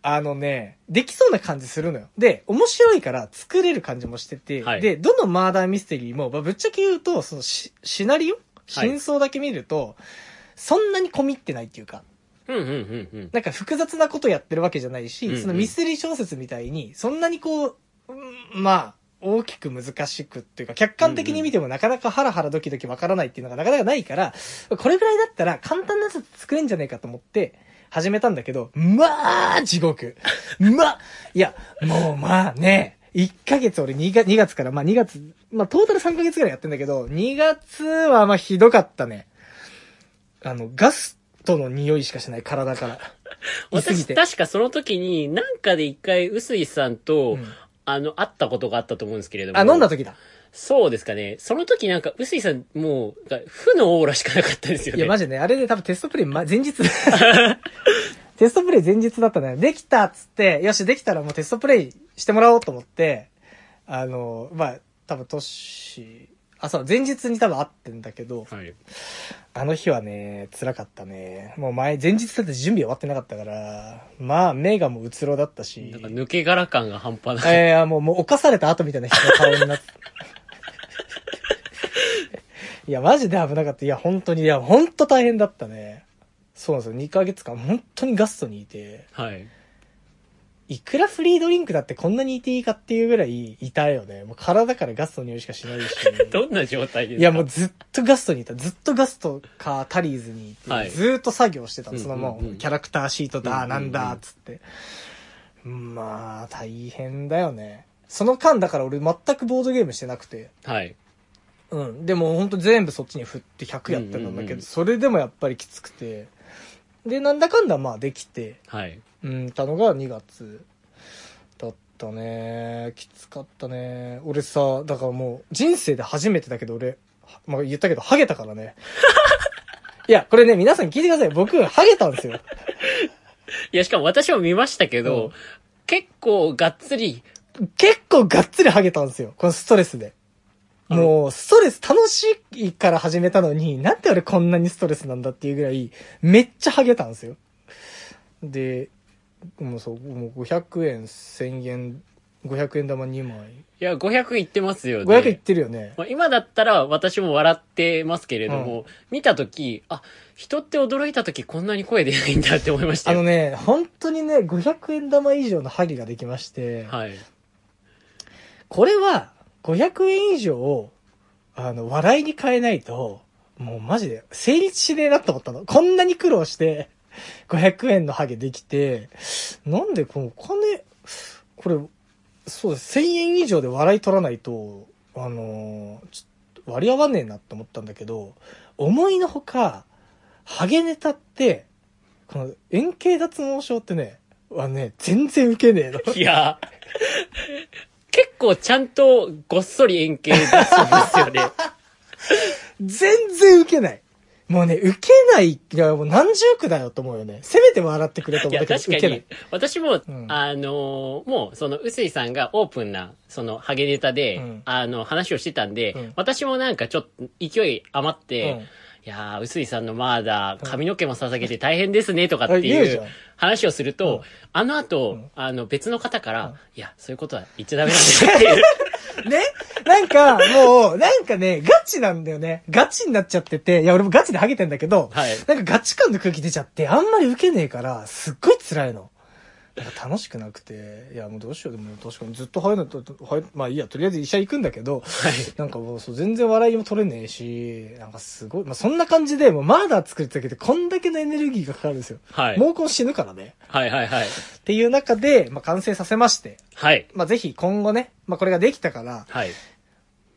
[SPEAKER 1] あのね、できそうな感じするのよ。で、面白いから作れる感じもしてて、
[SPEAKER 2] はい
[SPEAKER 1] で、どのマーダーミステリーも、まあ、ぶっちゃけ言うと、そのシシナリオ真相だけ見ると、そんなに込みってないっていうか、
[SPEAKER 2] うんうんうんうん。
[SPEAKER 1] なんか複雑なことやってるわけじゃないし、
[SPEAKER 2] うんうん
[SPEAKER 1] そのミステリー小説みたいに、そんなにこう、うんまあ、大きく難しくっていうか、客観的に見てもなかなかハラハラドキドキわからないっていうのがなかなかないから、これぐらいだったら簡単なやつ作れんじゃねえかと思って、始めたんだけど、まあ、地 獄。まあ、いや、もうまあね、1ヶ月俺2月 ,2 月から、まあ2月、まあトータル3ヶ月ぐらいやってんだけど、2月はまあひどかったね。あの、ガストの匂いしかしない体から。いすぎ
[SPEAKER 2] 私、
[SPEAKER 1] て。
[SPEAKER 2] 確かその時に、なんかで一回、臼井さんと、
[SPEAKER 1] うん
[SPEAKER 2] あの、会ったことがあったと思うんですけれども。
[SPEAKER 1] あ、飲んだ時だ。
[SPEAKER 2] そうですかね。その時なんか、臼井さん、もう、なんか負のオーラしかなかったですよ
[SPEAKER 1] い
[SPEAKER 2] ね。
[SPEAKER 1] や、マジでね、あれで多分テストプレイ、ま、前 日。テストプレイ前日だったのよ。できたっつって、よし、できたらもうテストプレイしてもらおうと思って、あの、まあ、多分トッシー、あ、そう、前日に多分会ってんだけど、
[SPEAKER 2] はい。
[SPEAKER 1] あの日はね、辛かったね。もう前、前日だって準備終わってなかったから、まあ、目がもううつろだったし。
[SPEAKER 2] なんか抜け殻感が半端ない。
[SPEAKER 1] えやもう、もう、犯された後みたいな人の顔に なって。いや、マジで危なかった。いや、本当に、いや、本当大変だったね。そうなんですよ。2ヶ月間、本当にガストにいて、
[SPEAKER 2] はい。
[SPEAKER 1] いくらフリードリンクだってこんなにいていいかっていうぐらいいたよね。もう体からガストの匂いしかしないし。
[SPEAKER 2] どんな状態ですか
[SPEAKER 1] いや、もうずっとガストにいた。ずっとガストかタリーズにいて、
[SPEAKER 2] はい
[SPEAKER 1] ずっと作業してたの。そのも
[SPEAKER 2] うんうんう
[SPEAKER 1] う、
[SPEAKER 2] ん
[SPEAKER 1] キャラクターシート
[SPEAKER 2] うんうん
[SPEAKER 1] だ、
[SPEAKER 2] うん
[SPEAKER 1] なんだ、つって。まあ、大変だよね。その間だから俺全くボードゲームしてなくて。
[SPEAKER 2] はい。
[SPEAKER 1] うん。でもほんと全部そっちに振って100やってたん
[SPEAKER 2] うんう
[SPEAKER 1] だ
[SPEAKER 2] ん
[SPEAKER 1] け
[SPEAKER 2] う
[SPEAKER 1] ど、
[SPEAKER 2] ん
[SPEAKER 1] それでもやっぱりきつくて。で、なんだかんだまあできて、
[SPEAKER 2] はい。
[SPEAKER 1] うん、たのが2月だったね。きつかったね。俺さ、だからもう人生で初めてだけど俺、はまあ言ったけど、ハゲたからね。いや、これね、皆さん聞いてください。僕、ハゲたんですよ。
[SPEAKER 2] いや、しかも私も見ましたけど、
[SPEAKER 1] うん
[SPEAKER 2] 結構がっつり、
[SPEAKER 1] 結構がっつりハゲたんですよ。このストレスで。もう、ストレス楽しいから始めたのに、なんで俺こんなにストレスなんだっていうぐらい、めっちゃハゲたんですよ。で、もうそう、もう500円、1000円、500円玉2枚。
[SPEAKER 2] いや、500いってますよね。
[SPEAKER 1] 500いってるよね。
[SPEAKER 2] まあ、今だったら私も笑ってますけれども、見たとき、あ、人って驚いたときこんなに声出ないんだって思いました
[SPEAKER 1] あ
[SPEAKER 2] よ。
[SPEAKER 1] のね、本当にね、500円玉以上のハゲができまして、
[SPEAKER 2] はい。
[SPEAKER 1] これは500円以上を、あの、笑いに変えないと、もうマジで成立しねえなと思ったの。こんなに苦労して、500円のハゲできて、なんでこのお金、これ、そうです、1000円以上で笑い取らないと、あのーちょっと割り合わねえなと思ったんだけど、思いのほか、ハゲネタって、この円形脱毛症ってね、はね、全然ウケねえの。
[SPEAKER 2] いや、結構ちゃんとごっそり円形出すんです よね。
[SPEAKER 1] 全然受けない。もうね、受けないがもう何十句だよと思うよね。せめて笑ってくれと
[SPEAKER 2] い
[SPEAKER 1] 思う
[SPEAKER 2] や、
[SPEAKER 1] んだけど、
[SPEAKER 2] 確か
[SPEAKER 1] 受けな
[SPEAKER 2] に
[SPEAKER 1] い。、
[SPEAKER 2] 私も、
[SPEAKER 1] うん
[SPEAKER 2] あのーもう、その、臼井さんがオープンな、その、ハゲネタで、
[SPEAKER 1] うん
[SPEAKER 2] あの、話をしてたんで、
[SPEAKER 1] うん
[SPEAKER 2] 私もなんかちょっと勢い余って、
[SPEAKER 1] うん
[SPEAKER 2] いやー、臼井さんのマーダー、髪の毛も捧げて大変ですね、とかって
[SPEAKER 1] あ言う
[SPEAKER 2] い
[SPEAKER 1] じゃ
[SPEAKER 2] うん話をすると、
[SPEAKER 1] うん
[SPEAKER 2] あの
[SPEAKER 1] う
[SPEAKER 2] 後、
[SPEAKER 1] ん
[SPEAKER 2] あの、別の方から、
[SPEAKER 1] うん
[SPEAKER 2] いや、そういうことは言っちゃダメなんですよっ ていう。
[SPEAKER 1] ねなんか、もう、なんかね、ガチなんだよね。ガチになっちゃってて、いや、俺もガチでハゲてんだけど、
[SPEAKER 2] はい
[SPEAKER 1] なんかガチ感の空気出ちゃって、あんまり受けねえから、すっごい辛いの。なんか楽しくなくて、いや、もうどうしよう、でも確かにずっと入るのと、入まあいいや、とりあえず医者行くんだけど、なんかもうそう、全然笑いも取れねえし、なんかすごい、まあそんな感じで、もうマーダー作るだけでこんだけのエネルギーがかかるんですよ。
[SPEAKER 2] はい。
[SPEAKER 1] 毛根死ぬからね。
[SPEAKER 2] はいはいはい。
[SPEAKER 1] っていう中で、まあ完成させまして、
[SPEAKER 2] はい。
[SPEAKER 1] まあぜひ今後ね、まあこれができたから、
[SPEAKER 2] はい。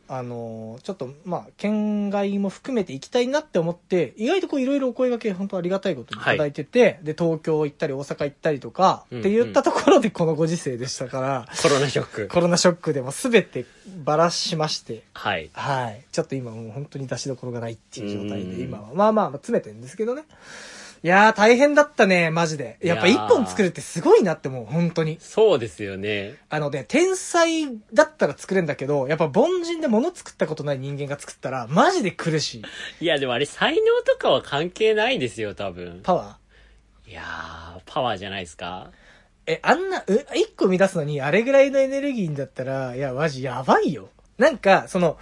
[SPEAKER 1] あのーちょっと、まあ、県外も含めて行きたいなって思って、意外とこういろいろお声掛け、本当ありがたいことにいただいてて、で、東京行ったり大阪行ったりとか、
[SPEAKER 2] うん
[SPEAKER 1] って言ったところでこのご時世でしたから、
[SPEAKER 2] コロナショック。
[SPEAKER 1] コロナショックでも全てばらしまして、
[SPEAKER 2] はい。
[SPEAKER 1] はい。ちょっと今もう本当に出しどころがないっていう状態
[SPEAKER 2] うん
[SPEAKER 1] で、今は。まあまあ、詰めてるんですけどね。いやー、大変だったね、マジで。やっぱ
[SPEAKER 2] い
[SPEAKER 1] 一
[SPEAKER 2] やー
[SPEAKER 1] 本作るってすごいなってもう、本当に。
[SPEAKER 2] そうですよね。
[SPEAKER 1] あのね、天才だったら作れんだけど、やっぱ凡人で物作ったことない人間が作ったら、マジで苦しい。
[SPEAKER 2] いや、でもあれ才能とかは関係ないですよ、多分。
[SPEAKER 1] パワー。
[SPEAKER 2] いやー、パワーじゃないですか。
[SPEAKER 1] え、あんな、う一個生み出すのに、あれぐらいのエネルギーだったら、いや、マジやばいよ。なんか、その、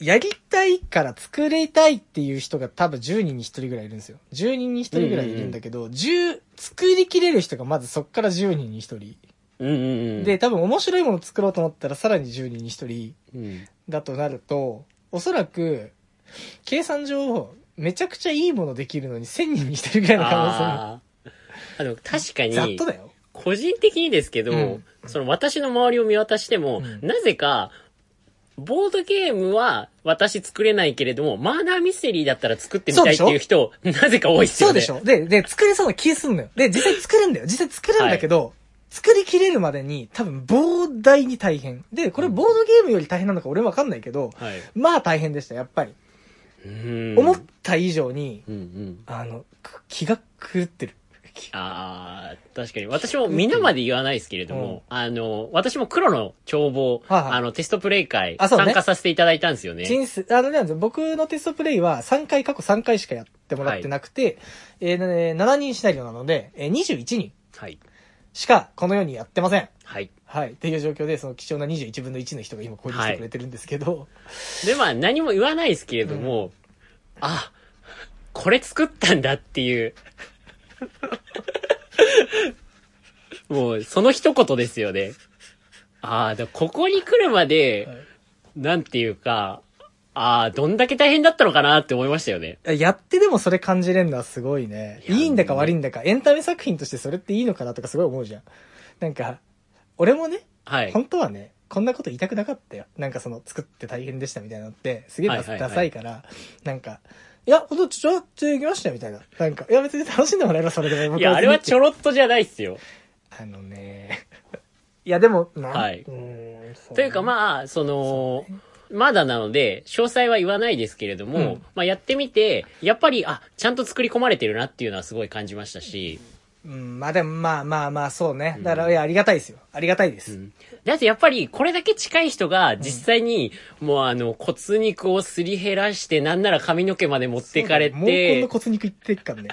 [SPEAKER 1] やりたいから作りたいっていう人が多分10人に1人ぐらいいるんですよ。10人に1人ぐらいいるんだけど、10、作りきれる人がまずそっから10人に1人。
[SPEAKER 2] うんうんうん。
[SPEAKER 1] で、、多分面白いもの作ろうと思ったらさらに10人に1人。
[SPEAKER 2] うん、
[SPEAKER 1] だとなると、おそらく、計算上、めちゃくちゃいいものできるのに1000人に1人ぐらいの可能
[SPEAKER 2] あーあの、確か
[SPEAKER 1] 性ざっ
[SPEAKER 2] に
[SPEAKER 1] と、だよ。
[SPEAKER 2] 個人的にですけど、
[SPEAKER 1] うん
[SPEAKER 2] その私の周りを見渡しても、
[SPEAKER 1] うん
[SPEAKER 2] なぜか、ボードゲームは私作れないけれども、マーダーミステリーだったら作ってみたいっていう人、なぜか多いっす
[SPEAKER 1] そ
[SPEAKER 2] よ
[SPEAKER 1] う
[SPEAKER 2] ね。
[SPEAKER 1] でしょで、で、作れそうな気すんのよ。で、実際作るんだよ。実際作るんだけど、作りきれるまでに多分膨大に大変。で、これボードゲームより大変なのか俺わかんないけど、
[SPEAKER 2] はい。
[SPEAKER 1] まあ大変でした、やっぱり。
[SPEAKER 2] うん
[SPEAKER 1] 思った以上に、
[SPEAKER 2] うんうん。
[SPEAKER 1] あの、く気が狂ってる。
[SPEAKER 2] あー確かに。私も皆まで言わないですけれど
[SPEAKER 1] うん
[SPEAKER 2] も、あの、私も黒の帳簿、
[SPEAKER 1] はいはい
[SPEAKER 2] あの、テストプレイ会、
[SPEAKER 1] あそうね
[SPEAKER 2] 参加させていただいたんですよね。
[SPEAKER 1] 人生、あのね、僕のテストプレイは3回、過去3回しかやってもらってなくて、えーね7人シナリオなので、えー21人
[SPEAKER 2] はい。
[SPEAKER 1] しかこのようにやってません。
[SPEAKER 2] はい。
[SPEAKER 1] はい。っていう状況で、その貴重な21分の1の人が今ここに来てくれてるんですけど、
[SPEAKER 2] で、まあ、何も言わないですけれども、あ、これ作ったんだって いう。もう、その一言ですよね。ああ、だからここに来るまで、
[SPEAKER 1] はい
[SPEAKER 2] なんていうか、ああ、どんだけ大変だったのかなって思いましたよね。
[SPEAKER 1] やってでもそれ感じれるのはすごいね。
[SPEAKER 2] いや
[SPEAKER 1] いいんだか悪いんだか、エンタメ作品としてそれっていいのかなとかすごい思うじゃん。なんか、俺もね、
[SPEAKER 2] はい。
[SPEAKER 1] 本当はね、こんなこと言いたくなかったよ。なんかその、作って大変でしたみたいなのって、すげえ
[SPEAKER 2] はい
[SPEAKER 1] ダ
[SPEAKER 2] はいはい
[SPEAKER 1] ダサいから、なんか、いや、ほんと、ちょ、ちょ、行きましたよみたいな。なんか、いや別に楽しんでもらえばそれでも
[SPEAKER 2] いや、あれはち
[SPEAKER 1] ょ、
[SPEAKER 2] ょろっとじゃないっすよ。
[SPEAKER 1] あのね、いやでも、な
[SPEAKER 2] はい
[SPEAKER 1] うんそ
[SPEAKER 2] というか
[SPEAKER 1] あ、
[SPEAKER 2] まあ、その
[SPEAKER 1] そ、
[SPEAKER 2] まだなので、詳細は言わないですけれども、
[SPEAKER 1] うん
[SPEAKER 2] まあやってみて、やっぱり、あ、ちゃんと作り込まれてるなっていうのはすごい感じましたし、
[SPEAKER 1] うん、まあでも、まあまあまあ、そうね。だから、いや、ありがたいですよ。ありがたいです。
[SPEAKER 2] だってやっぱりこれだけ近い人が実際に、もうあの骨肉をすり減らしてなんなら髪の毛まで持ってかれ
[SPEAKER 1] そうだね毛根
[SPEAKER 2] て
[SPEAKER 1] の骨肉いってっからね。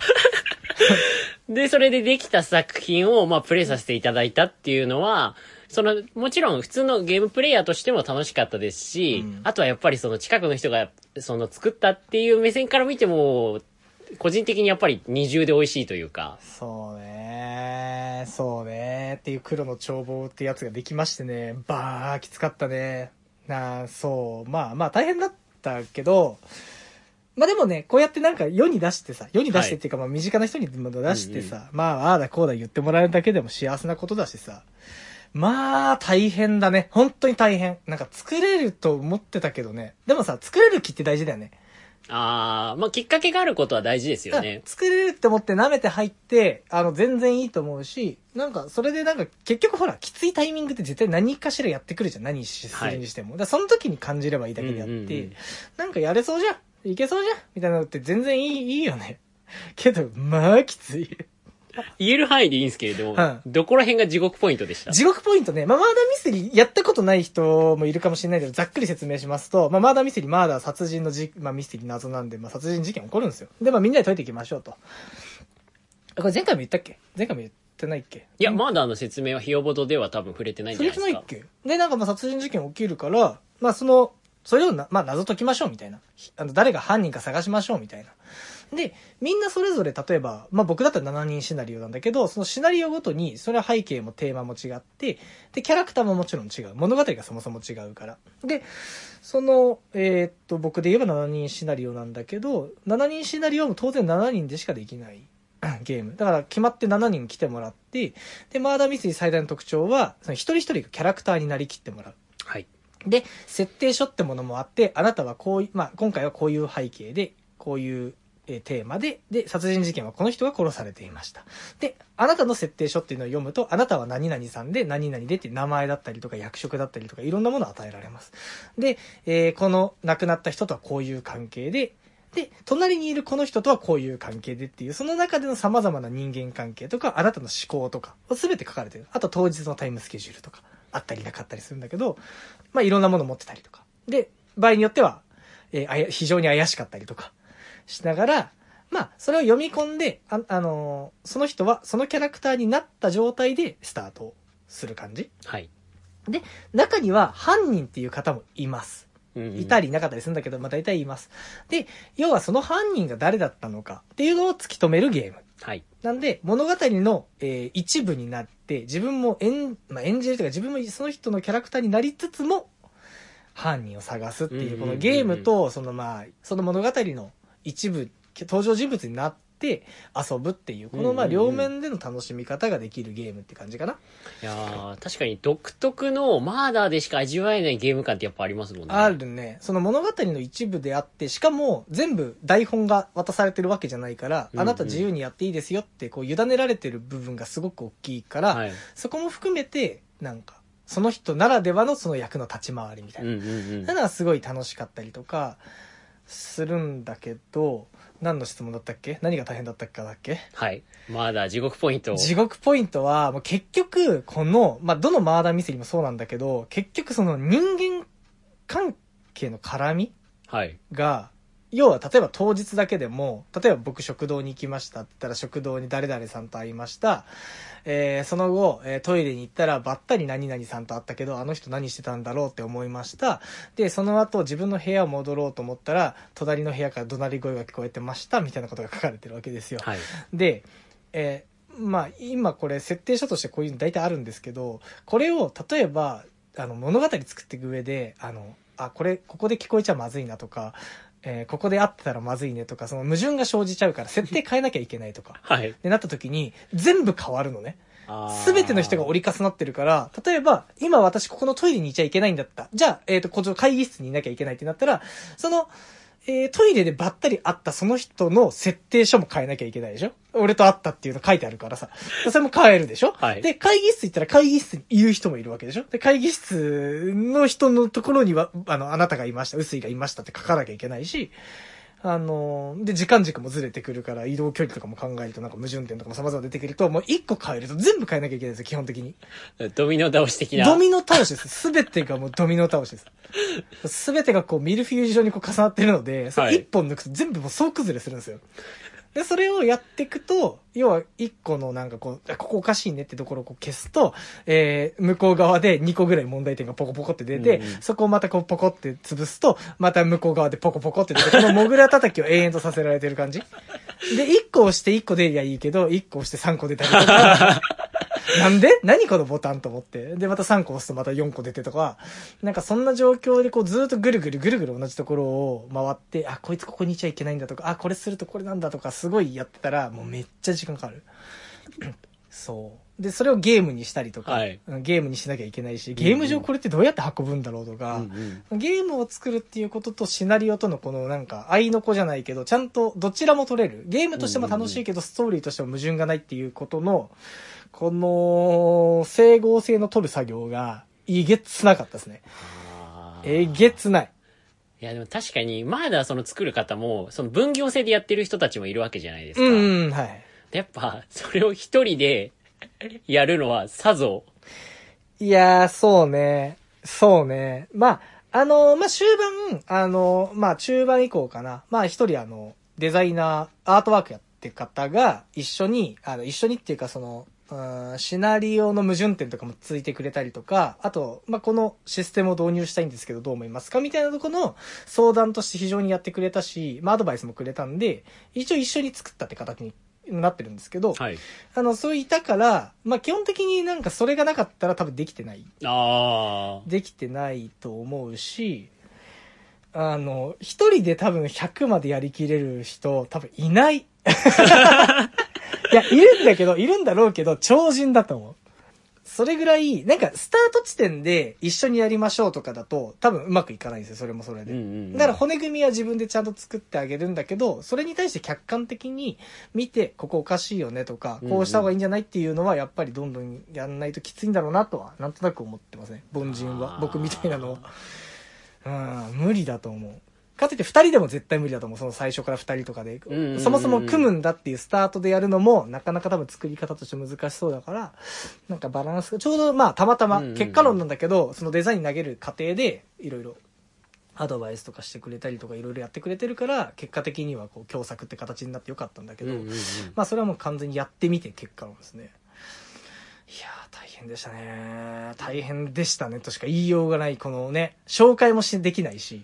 [SPEAKER 2] でそれでできた作品をまあプレイさせていただいたっていうのはそのもちろん普通のゲームプレイヤーとしても楽しかったですし、
[SPEAKER 1] うん
[SPEAKER 2] あとはやっぱりその近くの人がその作ったっていう目線から見ても個人的にやっぱり二重で美味しいというか
[SPEAKER 1] そうねそうねっていう黒の眺望ってやつができましてね、ばーきつかったね。なあ、そう、まあまあ大変だったけど、まあでもね、こうやってなんか世に出してさ、世に出してっていうか、まあ身近な人にでも出してさ、まあああだこうだ言ってもらえるだけでも幸せなことだしさ、まあ大変だね。本当に大変。なんか作れると思ってたけどね。でもさ、作れる気って大事だよね。
[SPEAKER 2] ああまあきっかけがあることは大事ですよね
[SPEAKER 1] うん、作れるって思って舐めて入って、あの、全然いいと思うし、なんか、それでなんか、結局ほら、きついタイミングって絶対何かしらやってくるじゃん。何しするにしても。だからその時に感じればいいだけであって、
[SPEAKER 2] うんうんうん
[SPEAKER 1] なんかやれそうじゃん。いけそうじゃん。みたいなのって全然いい、いいよね。けど、まあ、きつい。
[SPEAKER 2] 言える範囲でいいんですけれども、
[SPEAKER 1] うん
[SPEAKER 2] どこら辺が地獄ポイントでし た
[SPEAKER 1] 地獄ポイントね。まあ、マーダーミステリーやったことない人もいるかもしれないけど、ざっくり説明しますと、まあ、マーダーミステリー、マーダー殺人のじ、まあ、ミステリー謎なんで、まあ、殺人事件起こるんですよ。で、まあ、みんなで解いていきましょうと。これ前回も言ったっけ前回も言ってないっけ
[SPEAKER 2] いや、まだあの説明はひよぼどでは多分触れてないん
[SPEAKER 1] そ
[SPEAKER 2] じゃ
[SPEAKER 1] れ
[SPEAKER 2] ない
[SPEAKER 1] じ
[SPEAKER 2] で
[SPEAKER 1] ゃな
[SPEAKER 2] すか。
[SPEAKER 1] いっけで、なんかまあ殺人事件起きるから、まあその、それをな、まあ謎解きましょうみたいな。ひあの、誰が犯人か探しましょうみたいな。で、みんなそれぞれ例えば、まあ僕だったら7人シナリオなんだけど、そのシナリオごとに、それは背景もテーマも違って、で、キャラクターももちろん違う。物語がそもそも違うから。で、その、えーっと、僕で言えば7人シナリオなんだけど、7人シナリオも当然7人でしかできない ゲーム。だから決まって7人来てもらって、で、マーダーミステリー最大の特徴は、その一人一人がキャラクターになりきってもらう。
[SPEAKER 2] はい。
[SPEAKER 1] で、設定書ってものもあって、あなたはこうい、まあ、今回はこういう背景で、こういう、えーテーマで、で、殺人事件はこの人が殺されていました。で、あなたの設定書っていうのを読むと、あなたは何々さんで、何々でって名前だったりとか役職だったりとかいろんなものを与えられます。で、えーこの亡くなった人とはこういう関係で、で、隣にいるこの人とはこういう関係でっていう、その中での様々な人間関係とか、あなたの思考とか、すべて書かれてる。あと当日のタイムスケジュールとか、あったりなかったりするんだけど、まあ、いろんなもの持ってたりとか。で、場合によっては、えーあや非常に怪しかったりとかしながら、まあ、それを読み込んで、あ、あのーその人はそのキャラクターになった状態でスタートをする感じ。
[SPEAKER 2] はい。
[SPEAKER 1] 中には犯人っていう方もいます。いた
[SPEAKER 2] り。
[SPEAKER 1] りいなかったりするんだけど、まあ大体います。で、要はその犯人が誰だったのかっていうのを突き止めるゲーム。
[SPEAKER 2] はい。
[SPEAKER 1] なんで、物語の、えー一部になって、自分も演、まあ、演じるというか、自分もその人のキャラクターになりつつも、犯人を探すっていうう、こ
[SPEAKER 2] んうんうんう
[SPEAKER 1] の
[SPEAKER 2] ん
[SPEAKER 1] ゲームと、そのまあ、その物語の一部、登場人物になって遊ぶっていう、このまあ、
[SPEAKER 2] うんうんうん
[SPEAKER 1] 両面での楽しみ方ができるゲームって感じかな。
[SPEAKER 2] いやー確かに独特のマーダーでしか味わえないゲーム感ってやっぱありますもんね。
[SPEAKER 1] あるね。その物語の一部であって、しかも全部台本が渡されてるわけじゃないから、
[SPEAKER 2] うんうん
[SPEAKER 1] あなた自由にやっていいですよって、こう、委ねられてる部分がすごく大きいから、
[SPEAKER 2] はい。
[SPEAKER 1] そこも含めて、なんか、その人ならではのその役の立ち回りみた
[SPEAKER 2] う
[SPEAKER 1] い
[SPEAKER 2] ん
[SPEAKER 1] な。
[SPEAKER 2] うんうん
[SPEAKER 1] そういう。のはすごい楽しかったりとか、するんだけど、何の質問だったっけ何が大変だったっけだっけ
[SPEAKER 2] はい。マーダー地獄ポイント。
[SPEAKER 1] 地獄ポイントは、もう結局、この、まあ、どのマーダーミステリーもそうなんだけど、結局その人間関係の絡み
[SPEAKER 2] はい。
[SPEAKER 1] が、要は例えば当日だけでも、例えば僕食堂に行きましたって言ったら食堂に誰々さんと会いました。えーその後、えートイレに行ったらばったり何々さんと会ったけど、あの人何してたんだろうって思いました。で、その後自分の部屋を戻ろうと思ったら、隣の部屋から怒鳴り声が聞こえてましたみたいなことが書かれてるわけですよ。
[SPEAKER 2] はい。
[SPEAKER 1] で、えーまあ今これ設定書としてこういうの大体あるんですけど、これを例えば、あの物語作っていく上で、あの、あ、これ、ここで聞こえちゃまずいなとか、えーここで会ってたらまずいねとか、その矛盾が生じちゃうから設定変えなきゃいけないとか。
[SPEAKER 2] はい。
[SPEAKER 1] ってなった時に、全部変わるのね。
[SPEAKER 2] あー
[SPEAKER 1] すべての人が折り重なってるから、例えば、今私ここのトイレにいちゃいけないんだった。じゃあ、えっ、と、こっちの会議室にいなきゃいけないってなったら、その、えートイレでばったり会ったその人の設定書も変えなきゃいけないでしょ俺と会ったっていうの書いてあるからさ。それも変えるでしょ
[SPEAKER 2] はい
[SPEAKER 1] で、会議室行ったら会議室にいる人もいるわけでしょで、会議室の人のところには、あの、あなたがいました、薄井がいましたって書かなきゃいけないし、あのーで、時間軸もずれてくるから、移動距離とかも考えると、なんか矛盾点とかも様々出てくると、もう一個変えると全部変えなきゃいけないんですよ、基本的に。
[SPEAKER 2] ドミノ倒し的な。
[SPEAKER 1] ドミノ倒しです。 すべてがもうドミノ倒しです。すべてがこう、ミルフィーユ状にこう重なってるので、それ
[SPEAKER 2] はい
[SPEAKER 1] 一本抜くと全部もう総崩れするんですよ。で、それをやっていくと、要は一個のなんかこう、あここおかしいねってところをこう消すと、えー、向こう側で2個ぐらい問題点がポコポコって出て、
[SPEAKER 2] うんうん
[SPEAKER 1] そこをまたこうポコって潰すと、また向こう側でポコポコって出て、このモグラ叩きを永遠とさせられてる感じ。で、1個押して1個出りゃいいけど、1個押して3個出たりとか。なんで何このボタンと思って。で、また3個押すとまた4個出てとか、なんかそんな状況でこうずっとぐるぐるぐるぐる同じところを回って、あ、こいつここにいちゃいけないんだとか、あ、これするとこれなんだとか、すごいやってたら、もうめっちゃ時間かかる。 そう。で、それをゲームにしたりとか、
[SPEAKER 2] はい
[SPEAKER 1] ゲームにしなきゃいけないし、ゲーム上これってどうやって運ぶんだろうとか、
[SPEAKER 2] うんうん
[SPEAKER 1] ゲームを作るっていうこととシナリオとのこのなんか、合いの子じゃないけど、ちゃんとどちらも取れる。ゲームとしても楽しいけど、ストーリーとしても矛盾がないっていうことの、この、整合性の取る作業が、えげつなかったですね。
[SPEAKER 2] あー
[SPEAKER 1] えげつない。
[SPEAKER 2] いやでも確かに、マーダーその作る方も、その分業制でやってる人たちもいるわけじゃないですか。
[SPEAKER 1] うんうん、はい。
[SPEAKER 2] でやっぱ、それを一人で やるのはさぞ。
[SPEAKER 1] いやー、そうね。そうね。まあ、あのーまあ、終盤、あのーまあ、中盤以降かな。まあ、一人あの、デザイナー、アートワークやってる方が、一緒に、あの、一緒にっていうか、その、うんシナリオの矛盾点とかもついてくれたりとか、あと、まあ、このシステムを導入したいんですけどどう思いますかみたいなとこの相談として非常にやってくれたし、まあ、アドバイスもくれたんで、一応一緒に作ったって形になってるんですけど、
[SPEAKER 2] はい。
[SPEAKER 1] あの、そういたから、まあ、基本的になんかそれがなかったら多分できてない。
[SPEAKER 2] あ
[SPEAKER 1] できてないと思うし、あの、一人で多分100までやりきれる人多分いない。 いや、いるんだけど、いるんだろうけど、超人だと思う。それぐらい、なんか、スタート地点で一緒にやりましょうとかだと、多分うまくいかないんですよ、それもそれ
[SPEAKER 2] ー。
[SPEAKER 1] で。
[SPEAKER 2] うんうんうん。
[SPEAKER 1] だから骨組みは自分でちゃんと作ってあげるんだけど、それに対して客観的に見て、ここおかしいよねとか
[SPEAKER 2] うんう、ん
[SPEAKER 1] こうした方がいいんじゃないっていうのは、やっぱりどんどんやんないときついんだろうなとは、なんとなく思ってますね。凡人は
[SPEAKER 2] あ。ー
[SPEAKER 1] 僕みたいなのは。うん、無理だと思う。かつて二人でも絶対無理だと思う。その最初から二人とかで
[SPEAKER 2] うんうんうん。
[SPEAKER 1] そもそも組むんだっていうスタートでやるのも、なかなか多分作り方として難しそうだから、なんかバランスが、ちょうどまあたまたま
[SPEAKER 2] うんうんうん
[SPEAKER 1] 結果論なんだけど、そのデザイン投げる過程で、いろいろアドバイスとかしてくれたりとかいろいろやってくれてるから結果的にはこう共作って形になってよかったんだけど、
[SPEAKER 2] うんうんうん
[SPEAKER 1] まあそれはもう完全にやってみて結果論ですねいやー大変でしたね大変でしたねとしか言いようがないこのね紹介もしできないし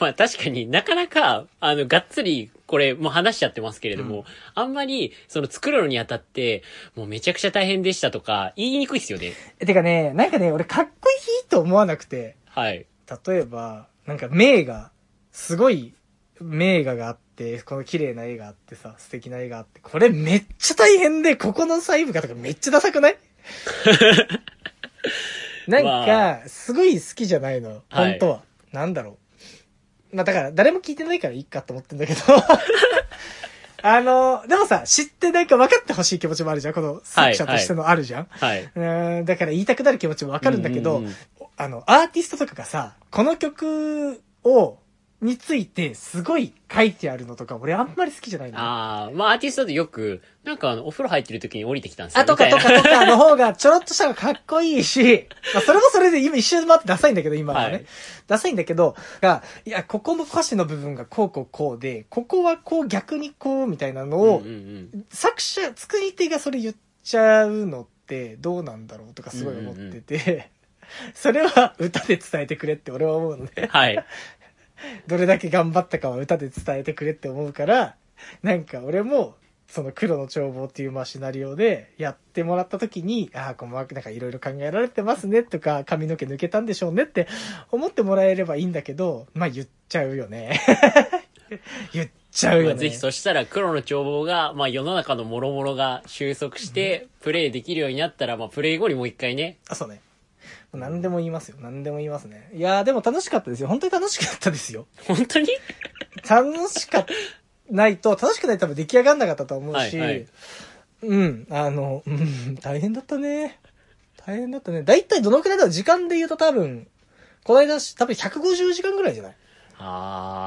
[SPEAKER 2] まあ確かになかなか、あの、がっつり、これもう話しちゃってますけれども、あんまり、その作るのにあたって、もうめちゃくちゃ大変でしたとか、言いにくいっすよね。
[SPEAKER 1] えてかねなんかね俺かっこいいと思わなくて
[SPEAKER 2] はい。
[SPEAKER 1] 例えばなんか名画すごい名画があってこの綺麗な絵があってさ素敵な絵があってこれめっちゃ大変でここの細部がとかめっちゃダサくないなん
[SPEAKER 2] ま
[SPEAKER 1] かすごい好きじゃないの
[SPEAKER 2] はい
[SPEAKER 1] 本当は、なんだろうまあだから誰も聞いてないからいいかと思ってん だけどあのでもさ知ってなんか分かってほしい気持ちもあるじゃんこの作者としてのあるじゃん、
[SPEAKER 2] はい。
[SPEAKER 1] うーんだから言いたくなる気持ちもわかるんだけど、
[SPEAKER 2] うんうんうん
[SPEAKER 1] あの、アーティストとかがさ、この曲を、についてすごい書いてあるのとか、俺あんまり好きじゃないの。あ
[SPEAKER 2] ああ、まあアーティストってよく、なんかあの、お風呂入ってる時に降りてきたんですよ。
[SPEAKER 1] とか
[SPEAKER 2] みた
[SPEAKER 1] と
[SPEAKER 2] いな
[SPEAKER 1] かとかの方がちょろっとしたのかっこいいし、 まあそれもそれで今一周回ってダサいんだけど、今はね。
[SPEAKER 2] はい
[SPEAKER 1] ダサいんだけど、が、いや、ここの歌詞の部分がこうこうこうで、ここはこう逆にこうみたいなのを、
[SPEAKER 2] うんうんうん
[SPEAKER 1] 作者、作り手がそれ言っちゃうのってどうなんだろうとかすごい思ってて、 それは歌で伝えてくれって俺は思うので、
[SPEAKER 2] はい。
[SPEAKER 1] どれだけ頑張ったかは歌で伝えてくれって思うから、なんか俺も、その黒の帳簿っていうまあシナリオでやってもらった時に、ああ、細かくなんかいろいろ考えられてますねとか、髪の毛抜けたんでしょうねって思ってもらえればいいんだけど、まあ言っちゃうよね。 言っちゃうよ
[SPEAKER 2] ま
[SPEAKER 1] ね。
[SPEAKER 2] あぜひそしたら黒の帳簿が、まあ世の中の諸々が収束して、プレイできるようになったら、まあプレイ後にもう一回ね。
[SPEAKER 1] あ、そうね。もう何でも言いますよ。何でも言いますね。いやーでも楽しかったですよ。本当に楽しかったですよ。
[SPEAKER 2] 本当に
[SPEAKER 1] 楽しかないと、楽しくないと多分出来上がんなかったと思うし、
[SPEAKER 2] はいはい
[SPEAKER 1] うん、あの、うん、大変だったね。大変だったね。だいたいどのくらいだろう時間で言うと多分、この間し、多分150時間ぐらいじゃない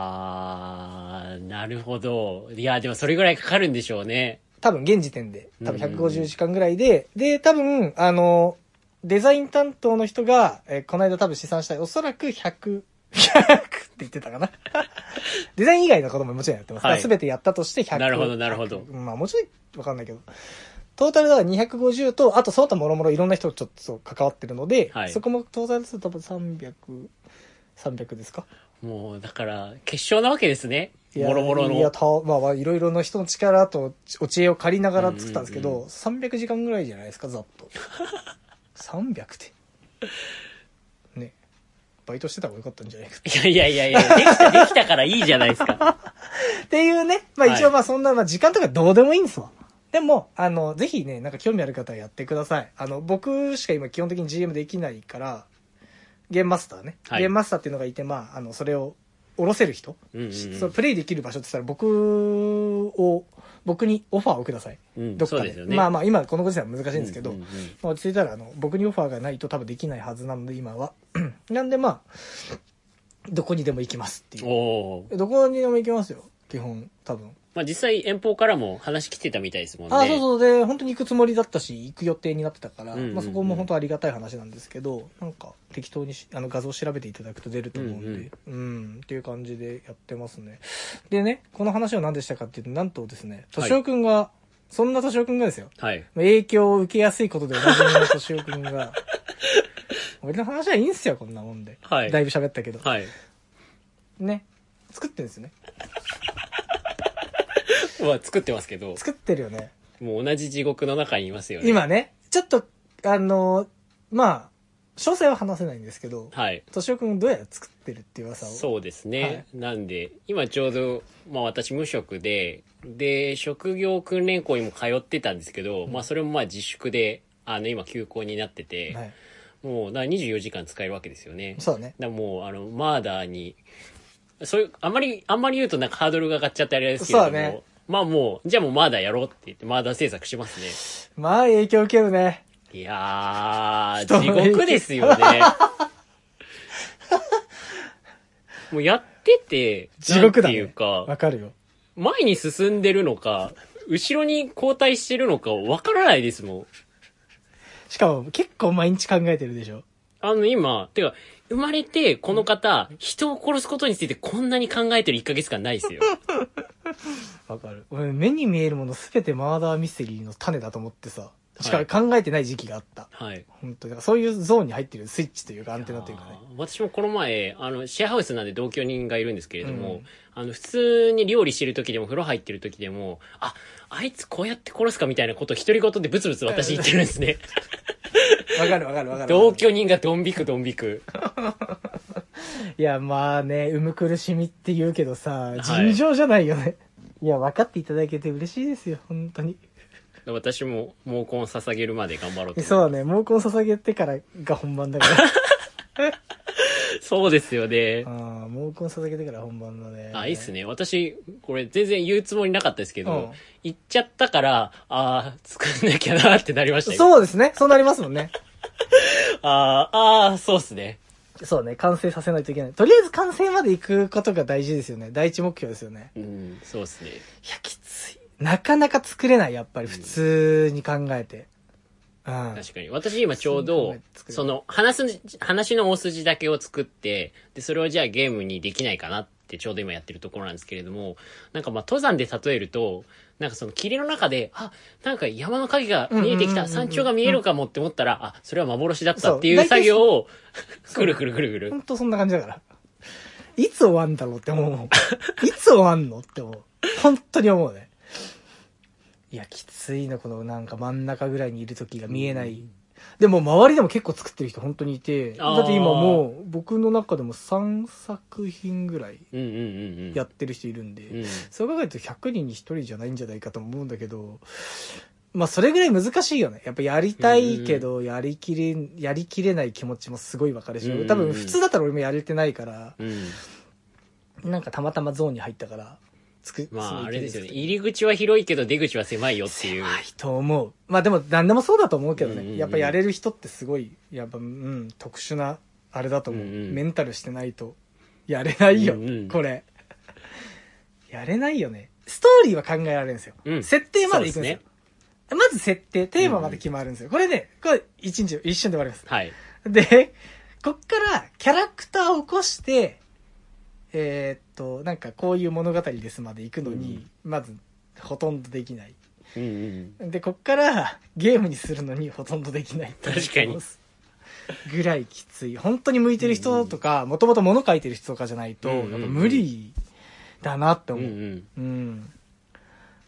[SPEAKER 2] あー、なるほど。いや、でもそれぐらいかかるんでしょうね。
[SPEAKER 1] 多分現時点で。多分
[SPEAKER 2] うんうんうん
[SPEAKER 1] 150時間ぐらいで、で、多分、あの、デザイン担当の人が、えーこの間多分試算したい。おそらく100、100って言ってたかな。 デザイン以外のことももちろんやってます。
[SPEAKER 2] はい
[SPEAKER 1] すべてやったとして100。
[SPEAKER 2] なるほどなるほど
[SPEAKER 1] 100まあもちろんわかんないけど。トータルだから250と、あとその他もろもろいろんな人ちょっと関わってるので、
[SPEAKER 2] はい
[SPEAKER 1] そこもトータルすると多分300、300ですか
[SPEAKER 2] もう、だから、決勝なわけですね。
[SPEAKER 1] いや
[SPEAKER 2] もろもろ
[SPEAKER 1] いや、
[SPEAKER 2] の。
[SPEAKER 1] たまあまあ、いろいろな人の力と、お知恵を借りながら作ったんですけど、
[SPEAKER 2] うんうんうん
[SPEAKER 1] 300時間ぐらいじゃないですか、ざっと。300って。ね。バイトしてた方がよかったんじゃないか
[SPEAKER 2] いやいやいやいや、できた、できたからいいじゃないですか。
[SPEAKER 1] っていうね。まあ
[SPEAKER 2] はい
[SPEAKER 1] 一応まあそんな、まあ時間とかどうでもいいんですわ。でも、あの、ぜひね、なんか興味ある方はやってください。あの、僕しか今基本的に GM できないから、ゲームマスターね。
[SPEAKER 2] はい
[SPEAKER 1] ゲームマスターっていうのがいて、まあ、あの、それを下ろせる人。
[SPEAKER 2] うんうんうん
[SPEAKER 1] そのプレイできる場所って言ったら僕を、僕にオファーをください。
[SPEAKER 2] うん
[SPEAKER 1] どっか
[SPEAKER 2] そう
[SPEAKER 1] で。
[SPEAKER 2] ですよね
[SPEAKER 1] まあまあ、今このご時世は難しいんですけど、
[SPEAKER 2] うんうんうん
[SPEAKER 1] まあ落ち着いたら、あの、僕にオファーがないと多分できないはずなので、今は。 なんでまあ、どこにでも行きますっていう。
[SPEAKER 2] おー。
[SPEAKER 1] どこにでも行きますよ。基本、多分。
[SPEAKER 2] まあ実際遠方からも話来てたみたいですもんね。
[SPEAKER 1] あそうそうで本当に行くつもりだったし行く予定になってたから、
[SPEAKER 2] うんうんうん
[SPEAKER 1] まあ、そこも本当ありがたい話なんですけどなんか適当にしあの画像調べていただくと出ると思うんでうん、っていう感じでやってますねでねこの話は何でしたかっていうとなんとですね
[SPEAKER 2] はい
[SPEAKER 1] 敏夫君がそんな敏夫くんがですよ。
[SPEAKER 2] はい。
[SPEAKER 1] 影響を受けやすいことでおなじみの敏夫くん が、俺の話はいいんすよ、こんなもんで。
[SPEAKER 2] はい
[SPEAKER 1] だいぶ喋ったけど。
[SPEAKER 2] はい。
[SPEAKER 1] ね。作ってんですよね。
[SPEAKER 2] は作ってますけど、
[SPEAKER 1] 作ってるよね。
[SPEAKER 2] もう同じ地獄の中にいますよね。。
[SPEAKER 1] 今ね、ちょっと、あのまあ、詳細は話せないんですけど、
[SPEAKER 2] はい。
[SPEAKER 1] 敏夫くんどうやら作ってるっていう噂を。
[SPEAKER 2] そうですね、なんで今ちょうど、まあ、私無職でで職業訓練校にも通ってたんですけど、まあ、それもまあ自粛であの今休校になってて、
[SPEAKER 1] はい。
[SPEAKER 2] もうだから24時間使えるわけですよね
[SPEAKER 1] そうだね。
[SPEAKER 2] だからもうあのマーダーにそういうあまりあんまり言うとなんかハードルが上がっちゃってあれですけれど
[SPEAKER 1] そ
[SPEAKER 2] も、
[SPEAKER 1] うだね
[SPEAKER 2] まあもうじゃあもうマーダーやろうって言ってマーダー制作しますね
[SPEAKER 1] まあ、影響受けるね。
[SPEAKER 2] いやー、
[SPEAKER 1] 人の
[SPEAKER 2] 地獄ですよ ね。もうやってて、
[SPEAKER 1] 地獄だね。
[SPEAKER 2] なんていうか、
[SPEAKER 1] わかるよ。
[SPEAKER 2] 前に進んでるのか、後ろに後退してるのかわからないですもん。
[SPEAKER 1] しかも、結構毎日考えてるでしょ。
[SPEAKER 2] あの今、てか、生まれてこの方、人を殺すことについてこんなに考えてる1ヶ月間な いですよ。
[SPEAKER 1] わかる。俺、目に見えるものすべてマーダーミステリーの種だと思ってさ、しか考えてない時期があった。
[SPEAKER 2] はい。
[SPEAKER 1] 本当に。そういうゾーンに入ってるスイッチというか、アンテナというかね。
[SPEAKER 2] あー私もこの前あのシェアハウスなんで同居人がいるんですけれども、
[SPEAKER 1] うん
[SPEAKER 2] あの普通に料理してる時でも風呂入ってる時でもああいつこうやって殺すかみたいなことを独り言でブツブツ私言ってるん ですね
[SPEAKER 1] わかるわかるわかる。
[SPEAKER 2] 同居人がドン引くドン引く
[SPEAKER 1] いや、まあね、産む苦しみって言うけどさ、
[SPEAKER 2] い
[SPEAKER 1] 尋常じゃないよね。い、や、分かっていただけて嬉しいですよ、本当に。
[SPEAKER 2] 私も毛根を捧げるまで頑張ろうと思います
[SPEAKER 1] そうだね、毛根捧げてからが本番だ から。
[SPEAKER 2] そうですよね
[SPEAKER 1] ああ、毛根捧げてから本番だね。
[SPEAKER 2] あいいっすね私これ全然言うつもりなかったですけ
[SPEAKER 1] うん
[SPEAKER 2] ど、言っちゃったからあー作んなきゃなってなりましたう
[SPEAKER 1] そうですね、そうなりますもんね。
[SPEAKER 2] あーあーそうっすね
[SPEAKER 1] そうね、完成させないといけない。とりあえず完成まで行くことが大事ですよね。第一目標ですよね。
[SPEAKER 2] うんそうっすね
[SPEAKER 1] いや、きつい。なかなか作れない、やっぱり、普通に考えて。うん。
[SPEAKER 2] 確かに。私今ちょうど
[SPEAKER 1] そう考えて、作る
[SPEAKER 2] その、話す、話の大筋だけを作って、で、それをじゃあゲームにできないかなってちょうど今やってるところなんですけれども、なんかまあ登山で例えると、なんかその霧の中で、あ、なんか山の影が見えてき
[SPEAKER 1] うんうんうんうん
[SPEAKER 2] た、山頂が見えるかもって思ったら、あ、それは幻だっ
[SPEAKER 1] そ
[SPEAKER 2] た
[SPEAKER 1] う
[SPEAKER 2] っていう
[SPEAKER 1] 大体
[SPEAKER 2] 作業を、
[SPEAKER 1] そう
[SPEAKER 2] くるくるくるく
[SPEAKER 1] ほ
[SPEAKER 2] る。
[SPEAKER 1] んとそんな感じだから。いつ終わんだろうって思うもん。いつ終わんのって思う。本当に思うね。いや、きついな、このなんか真ん中ぐらいにいる時が見えない。でも周りでも結構作ってる人本当にいて、
[SPEAKER 2] あー
[SPEAKER 1] だって今もう僕の中でも3作品ぐらい
[SPEAKER 2] うんうんうんうん。
[SPEAKER 1] やってる人いるんで、
[SPEAKER 2] うん。
[SPEAKER 1] そう考えると100人に1人じゃないんじゃないかと思うんだけど、まあそれぐらい難しいよね。やっぱやりたいけど、やりきれん、やりきれない気持ちもすごいわかるし
[SPEAKER 2] う、ん
[SPEAKER 1] 多分普通だったら俺もやれてないから、
[SPEAKER 2] うん。
[SPEAKER 1] なんかたまたまゾーンに入ったから、つく、
[SPEAKER 2] まああれですよね。
[SPEAKER 1] いい
[SPEAKER 2] 入り口は広いけど出口は狭いよっていう。
[SPEAKER 1] と思う。まあでも何でもそうだと思うけど
[SPEAKER 2] うんうんう
[SPEAKER 1] ね。
[SPEAKER 2] ん
[SPEAKER 1] やっぱやれる人ってすごい、やっぱ、うん、特殊な、あれだと思う。
[SPEAKER 2] うんうん
[SPEAKER 1] メンタルしてないと、やれないよ、
[SPEAKER 2] うんうん
[SPEAKER 1] これ。やれないよね。ストーリーは考えられるんですよ。
[SPEAKER 2] うん
[SPEAKER 1] 設定までいくんです
[SPEAKER 2] そう
[SPEAKER 1] よ。
[SPEAKER 2] ですね
[SPEAKER 1] まず設定、テーマまで決まるんですよ。これね、これ一日、一瞬で終わります。
[SPEAKER 2] はい。
[SPEAKER 1] で、こっからキャラクターを起こして、えーっと、なんかこういう物語ですまで行くのに、まずほとんどできない。
[SPEAKER 2] うんうん。
[SPEAKER 1] で、こっからゲームにするのにほとんどできないって
[SPEAKER 2] 確かに。
[SPEAKER 1] ぐらいきつい。本当に向いてる人とか、もともと物書いてる人とかじゃないと、
[SPEAKER 2] うん
[SPEAKER 1] やっ
[SPEAKER 2] うんうん
[SPEAKER 1] ぱ無理だなって
[SPEAKER 2] うん
[SPEAKER 1] 思
[SPEAKER 2] う
[SPEAKER 1] う。
[SPEAKER 2] ん。
[SPEAKER 1] うん。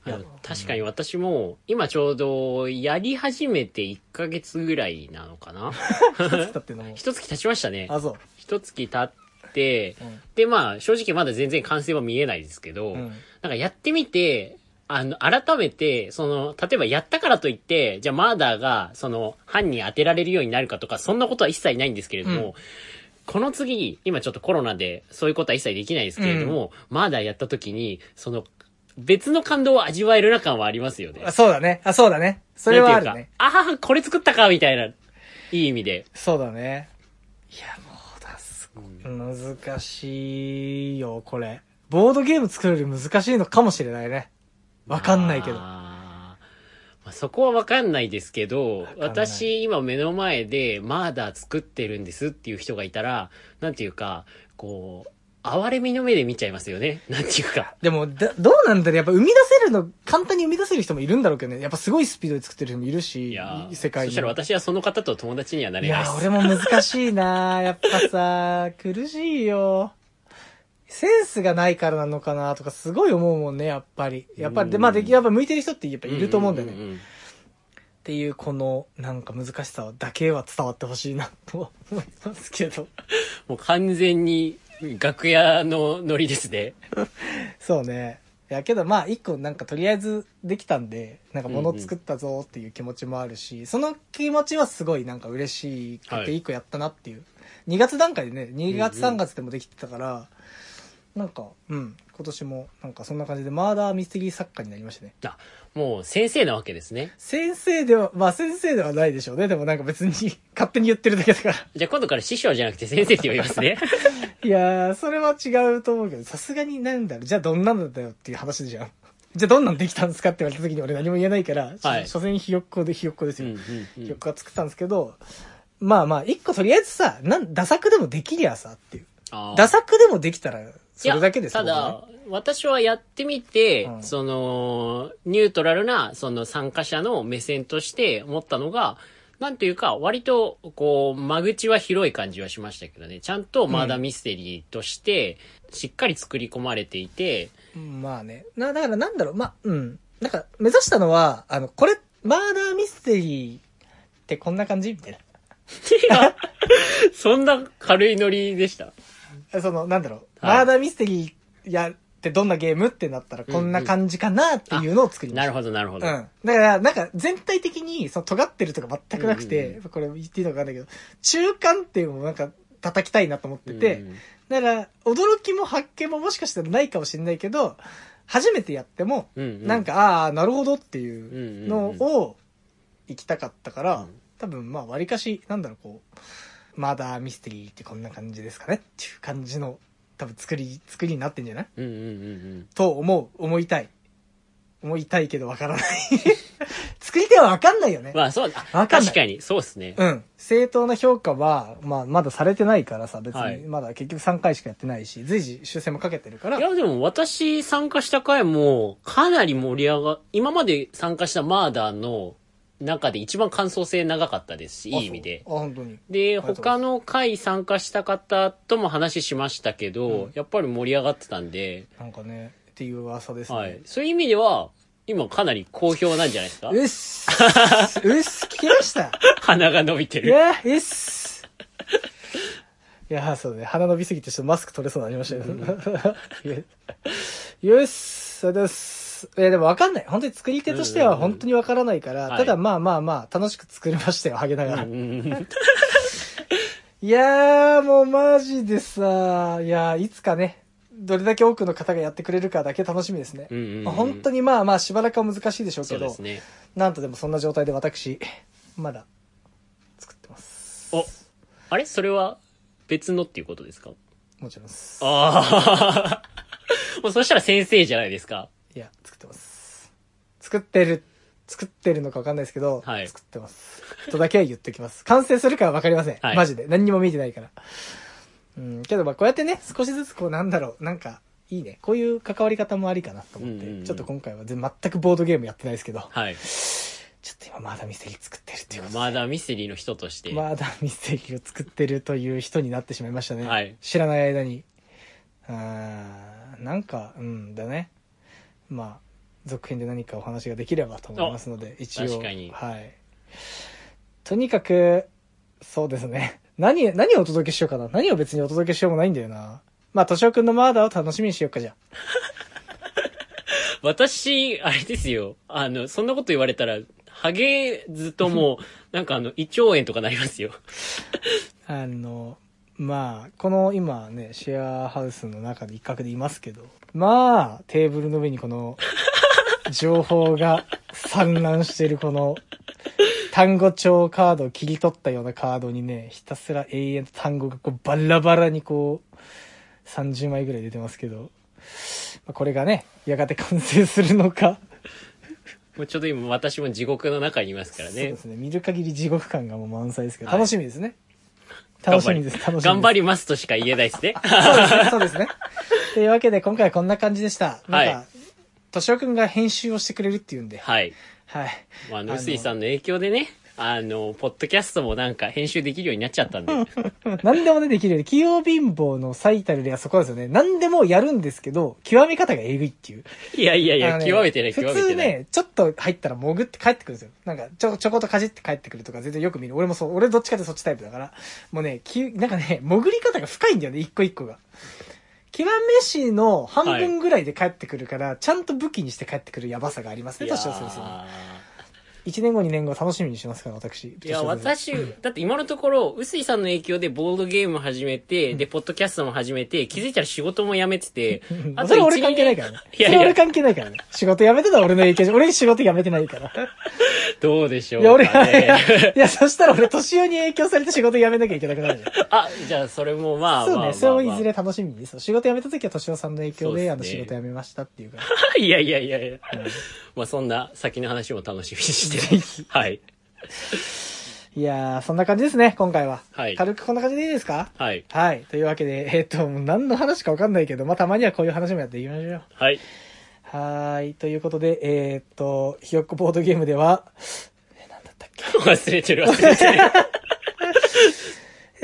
[SPEAKER 2] あの確かに私も、今ちょうど、やり始めて1ヶ月ぐらいなの かな
[SPEAKER 1] 一つだって のも。
[SPEAKER 2] 一月経ちましたね。
[SPEAKER 1] あ、そ
[SPEAKER 2] 一月経って、
[SPEAKER 1] う。うん
[SPEAKER 2] で、まあ、正直まだ全然完成は見えないですけど、
[SPEAKER 1] うん。
[SPEAKER 2] なんかやってみて、あの、改めて、その、例えばやったからといって、じゃあマーダーが、その、犯人当てられるようになるかとか、そんなことは一切ないんですけれども、
[SPEAKER 1] うん
[SPEAKER 2] この次、今ちょっとコロナで、そういうことは一切できないですけれども、マーダーやった時に、その、別の感動を味わえるな感はありますよね
[SPEAKER 1] あ。そうだね。あ、そうだね。それはある
[SPEAKER 2] なんてい
[SPEAKER 1] ね
[SPEAKER 2] う。か。ああ、これ作ったか、みたいな、いい意味で。
[SPEAKER 1] そうだね。いや、もうだ、すごい。難しいよ、これ。ボードゲーム作るより難しいのかもしれないね。わかんないけど。
[SPEAKER 2] あーまあ、そこはわかんないですけど、
[SPEAKER 1] かんない
[SPEAKER 2] 私今目の前でマーダー作ってるんですっていう人がいたら、なんていうか、こう、哀れみの目で見ちゃいますよね。 なんていうか。
[SPEAKER 1] でも、だどうなんだろうやっぱ生み出せるの、簡単に生み出せる人もいるんだろうけどね。やっぱすごいスピードで作ってる人もいるし、
[SPEAKER 2] いやー
[SPEAKER 1] 世界
[SPEAKER 2] そ
[SPEAKER 1] に
[SPEAKER 2] したら私はその方と友達にはないれない
[SPEAKER 1] や
[SPEAKER 2] です。、
[SPEAKER 1] 俺も難しいなやっぱさ、苦しいよ。センスがないからなのかなとかすごい思うもんね、やっぱり。やっぱり、で、まあ、でき、やっぱ向いてる人ってやっぱいると思うんだよね。
[SPEAKER 2] ううううん
[SPEAKER 1] っていう、この、なんか難しさだけは伝わってほしいな、と思いますけど。
[SPEAKER 2] もう完全に楽屋のノリですね。
[SPEAKER 1] そうね。いやけどまあ一個なんかとりあえずできたんで、なんか物作ったぞっていう気持ちもあるし、その気持ちはすごいなんか嬉しく
[SPEAKER 2] は
[SPEAKER 1] て
[SPEAKER 2] い
[SPEAKER 1] 一個やったなっていう。2月段階でね、2月
[SPEAKER 2] うんうん
[SPEAKER 1] 3月でもできてたから、なんか、うん、今年もなんかそんな感じでマーダーミステリー作家になりましたね。
[SPEAKER 2] あ、もう先生なわけですね。
[SPEAKER 1] 先生では、まあ先生ではないでしょうね。でもなんか別に 勝手に言ってるだけだから。
[SPEAKER 2] じゃあ今度から師匠じゃなくて先生って呼びますね。
[SPEAKER 1] いやー、それは違うと思うけど、さすがになんだろう、じゃあどんなのだよっていう話じゃん。じゃあどんなんできたんですかって言われた時に俺何も言えないから、
[SPEAKER 2] はい
[SPEAKER 1] 所詮ひよっこでひよっこです
[SPEAKER 2] うん
[SPEAKER 1] よ。
[SPEAKER 2] うんうん
[SPEAKER 1] ひよっこは作ったんですけど、まあまあ、一個とりあえずさ、なん、ダ作でもできりゃさっていう。
[SPEAKER 2] あー
[SPEAKER 1] ダ作でもできたら、それだけです
[SPEAKER 2] いやた
[SPEAKER 1] 僕はね
[SPEAKER 2] だ、私はやってみて、
[SPEAKER 1] うん
[SPEAKER 2] その、ニュートラルな、その参加者の目線として思ったのが、なんというか、割と、こう、間口は広い感じはしましたけどね。ちゃんとマーダーミステリーとして、しっかり作り込まれていて、
[SPEAKER 1] まあね。な、だからなんだろう、まあ、うん。なんか、目指したのは、あの、これ、マーダーミステリーってこんな感じみたいな。
[SPEAKER 2] そんな軽いノリでした。
[SPEAKER 1] その、なんだろう、
[SPEAKER 2] はい
[SPEAKER 1] マーダーミステリーやってどんなゲームってなったらこんな感じかなっていうのを作りま
[SPEAKER 2] な
[SPEAKER 1] し
[SPEAKER 2] る
[SPEAKER 1] た。
[SPEAKER 2] ほど、なるほ
[SPEAKER 1] うん。
[SPEAKER 2] ど。
[SPEAKER 1] だから、なんか全体的に、その尖ってるとか全くなく
[SPEAKER 2] うん
[SPEAKER 1] て、
[SPEAKER 2] うん
[SPEAKER 1] これ言っていいのかわかんないけど、中間っていうのもなんか叩きたいなと思ってて、
[SPEAKER 2] うん
[SPEAKER 1] だから、驚きも発見ももしかしたらないかもしれないけど、初めてやっても、
[SPEAKER 2] うんう
[SPEAKER 1] なん、か、ああ、なるほどっていうの
[SPEAKER 2] うん
[SPEAKER 1] を行きたかったから、
[SPEAKER 2] うん
[SPEAKER 1] 多分まあ、割かし、なんだろう、こう、マーダーミステリーってこんな感じですかねっていう感じの、多分作り、作りになってんじゃない
[SPEAKER 2] うんうんうん
[SPEAKER 1] と思う、思いたい。思いたいけどわからない。作り手はわかんないよ
[SPEAKER 2] う
[SPEAKER 1] ね
[SPEAKER 2] ん。。まあそう、あ
[SPEAKER 1] わかんない
[SPEAKER 2] 確かに、そうですね。
[SPEAKER 1] うん。正当な評価は、まあ、まだされてないからさ、別
[SPEAKER 2] はい
[SPEAKER 1] に、まだ結局3回しかやってないし、随時修正もかけてるから
[SPEAKER 2] い、や、でも私参加した回も、かなり盛り上が、今まで参加したマーダーの中で一番感想性長かったですし、いい意味で
[SPEAKER 1] あ、。そうあ本当に。
[SPEAKER 2] で、
[SPEAKER 1] ありがとうござい
[SPEAKER 2] 他の回参加した方とも話しましたけど、
[SPEAKER 1] うん
[SPEAKER 2] やっぱり盛り上がってたんで、
[SPEAKER 1] なんかね、っていう噂ですね。
[SPEAKER 2] はい。そういう意味では、今かなり好評なんじゃないですか
[SPEAKER 1] うっす。うっす、聞きました。
[SPEAKER 2] 鼻が伸びて
[SPEAKER 1] い
[SPEAKER 2] る。
[SPEAKER 1] や、うっす。いや、そうね。鼻伸びすぎて、ちょっとマスク取れそうになりましたけど。よっす、そうです。え、でも分かんない。本当に作り手として
[SPEAKER 2] うんう
[SPEAKER 1] は
[SPEAKER 2] んうん
[SPEAKER 1] 本当に分からないから、
[SPEAKER 2] はい
[SPEAKER 1] ただまあまあまあ、楽しく作りましたよ、ハゲな
[SPEAKER 2] う
[SPEAKER 1] がら。
[SPEAKER 2] んうんうん
[SPEAKER 1] いやー、もうマジでさ、いやー、いつかね、どれだけ多くの方がやってくれるかだけ楽しみですね。
[SPEAKER 2] うんうんうん
[SPEAKER 1] まあ本当にまあまあ、しばらくは難しいでしょう
[SPEAKER 2] そ
[SPEAKER 1] け
[SPEAKER 2] うで
[SPEAKER 1] ど
[SPEAKER 2] す、ね。
[SPEAKER 1] なんとでもそんな状態で私、まだ作ってます。
[SPEAKER 2] お、あれそれは別のっていうことですか
[SPEAKER 1] もちろんです。
[SPEAKER 2] ああ。 もうそしたら先生じゃないですか。
[SPEAKER 1] いや、作ってます。作ってる、作ってるのかわかんないですけど、
[SPEAKER 2] はい
[SPEAKER 1] 作ってます。とだけは言ってきます。完成するかはわかりません。
[SPEAKER 2] はい
[SPEAKER 1] マジで。何にも見てないから。うん、けどまあこうやってね、少しずつこうなんだろう、なんか、いいね。こういう関わり方もありかなと思って、
[SPEAKER 2] うんうんうん
[SPEAKER 1] ちょっと今回は全全くボードゲームやってないですけど、
[SPEAKER 2] はい。
[SPEAKER 1] ちょっと今まだミステリー作ってるっていうことで
[SPEAKER 2] マーダーミステリーの人として。
[SPEAKER 1] まだミステリーを作ってるという人になってしまいましたね。
[SPEAKER 2] はい
[SPEAKER 1] 知らない間に。あーなんか、うんだね。まあ、続編で何かお話ができればと思いますので、一応。
[SPEAKER 2] 確かに
[SPEAKER 1] はい。とにかく、そうですね。 何、何をお届けしようかな。何を別にお届けしようもないんだよな。まあ、としおくんのマーダーを楽しみにしようか、じゃあ。
[SPEAKER 2] 私、あれですよ。あの、そんなこと言われたら、ハゲず ともう、なんかあの、胃腸炎とかなりますよ。
[SPEAKER 1] あの、まあ、この今ね、シェアハウスの中で一角でいますけど、まあ、テーブルの上にこ の、情報が散乱しているこの、単語帳カードを切り取ったようなカードにね、ひたすら永遠と単語がこうバラバラにこう、30枚ぐらい出てますけど、まあこれがね、やがて完成するのか、
[SPEAKER 2] もうちょっと今私も地獄の中にいますから
[SPEAKER 1] そう
[SPEAKER 2] ね
[SPEAKER 1] で。すね。見る限り地獄感がもう満載ですけど、
[SPEAKER 2] はい
[SPEAKER 1] 楽しみですね。楽しみです。楽しみです。
[SPEAKER 2] 頑張りますとしか言えないで すね。
[SPEAKER 1] そうですね、そうですね。というわけで、今回はこんな感じでした。なん
[SPEAKER 2] は
[SPEAKER 1] か、としおくんが編集をしてくれるっていうんで、
[SPEAKER 2] はい。
[SPEAKER 1] はい。
[SPEAKER 2] まあ、
[SPEAKER 1] の
[SPEAKER 2] ヌスイさんの影響でね、あの、ポッドキャストもなんか編集できるようになっちゃ ったんで。
[SPEAKER 1] 何でもね、できるよね。器用貧乏の最たる例はそこなんですよね。何でもやるんですけど、極め方がえぐいっていう。
[SPEAKER 2] いやいやい
[SPEAKER 1] あのね
[SPEAKER 2] や、極めてない、極
[SPEAKER 1] 普
[SPEAKER 2] めて
[SPEAKER 1] 通
[SPEAKER 2] ない。
[SPEAKER 1] ね、ちょっと入ったら潜って帰ってくるんですよ。なんか、ちょ、ちょこっとかじって帰ってくるとか全然よく見る。俺もそう、俺どっちかってそっちタイプだから。もうね、き、なんかね、潜り方が深いんだよね、一個一個が。極めしの半分ぐらいで帰ってくるから、ちゃんと武器にして帰ってくるやばさがありますね、
[SPEAKER 2] いや
[SPEAKER 1] 年を先生に。1年後、2年後楽しみにしてますから、私。
[SPEAKER 2] いや、
[SPEAKER 1] 年を先生、
[SPEAKER 2] 私、だって今のところ、臼井さんの影響でボードゲーム始めて、で、ポッドキャストも始めて、気づいたら仕事も辞めてて
[SPEAKER 1] それ俺関係ないからね。
[SPEAKER 2] いや
[SPEAKER 1] それ
[SPEAKER 2] い
[SPEAKER 1] 俺
[SPEAKER 2] や、
[SPEAKER 1] 関係ないからね。仕事辞めてたら俺の影響じゃ、俺仕事辞めてないから。
[SPEAKER 2] どうでしょ
[SPEAKER 1] いや、
[SPEAKER 2] う
[SPEAKER 1] 俺、
[SPEAKER 2] か
[SPEAKER 1] いや
[SPEAKER 2] ね。
[SPEAKER 1] いや、そしたら俺、年寄りに影響されて仕事辞めなきゃいけなくなるじゃん。
[SPEAKER 2] あ、じゃあそれもまあ、
[SPEAKER 1] そう
[SPEAKER 2] まあ
[SPEAKER 1] ね、
[SPEAKER 2] まあ
[SPEAKER 1] それもいず
[SPEAKER 2] ま
[SPEAKER 1] れ楽しみに。そう仕事辞めた時は敏夫さんの影響で、あ
[SPEAKER 2] そう
[SPEAKER 1] の、
[SPEAKER 2] っす
[SPEAKER 1] 仕
[SPEAKER 2] ね
[SPEAKER 1] 事辞めましたっていうか。
[SPEAKER 2] あ いやいやいやいや。
[SPEAKER 1] うん
[SPEAKER 2] まあそんな先の話も楽しみにして。はい。
[SPEAKER 1] いやー、そんな感じですね、今回は。
[SPEAKER 2] はい
[SPEAKER 1] 軽くこんな感じでいいですか
[SPEAKER 2] はい。
[SPEAKER 1] はい。というわけで、 えっと、もう何の話かわかんないけど、まあ、たまにはこういう話もやっていきましょう。
[SPEAKER 2] はい。
[SPEAKER 1] はーい。ということで、えーっと、ひよっこボードゲームでは、え、なんだったっけ
[SPEAKER 2] 忘れてる忘 れてる。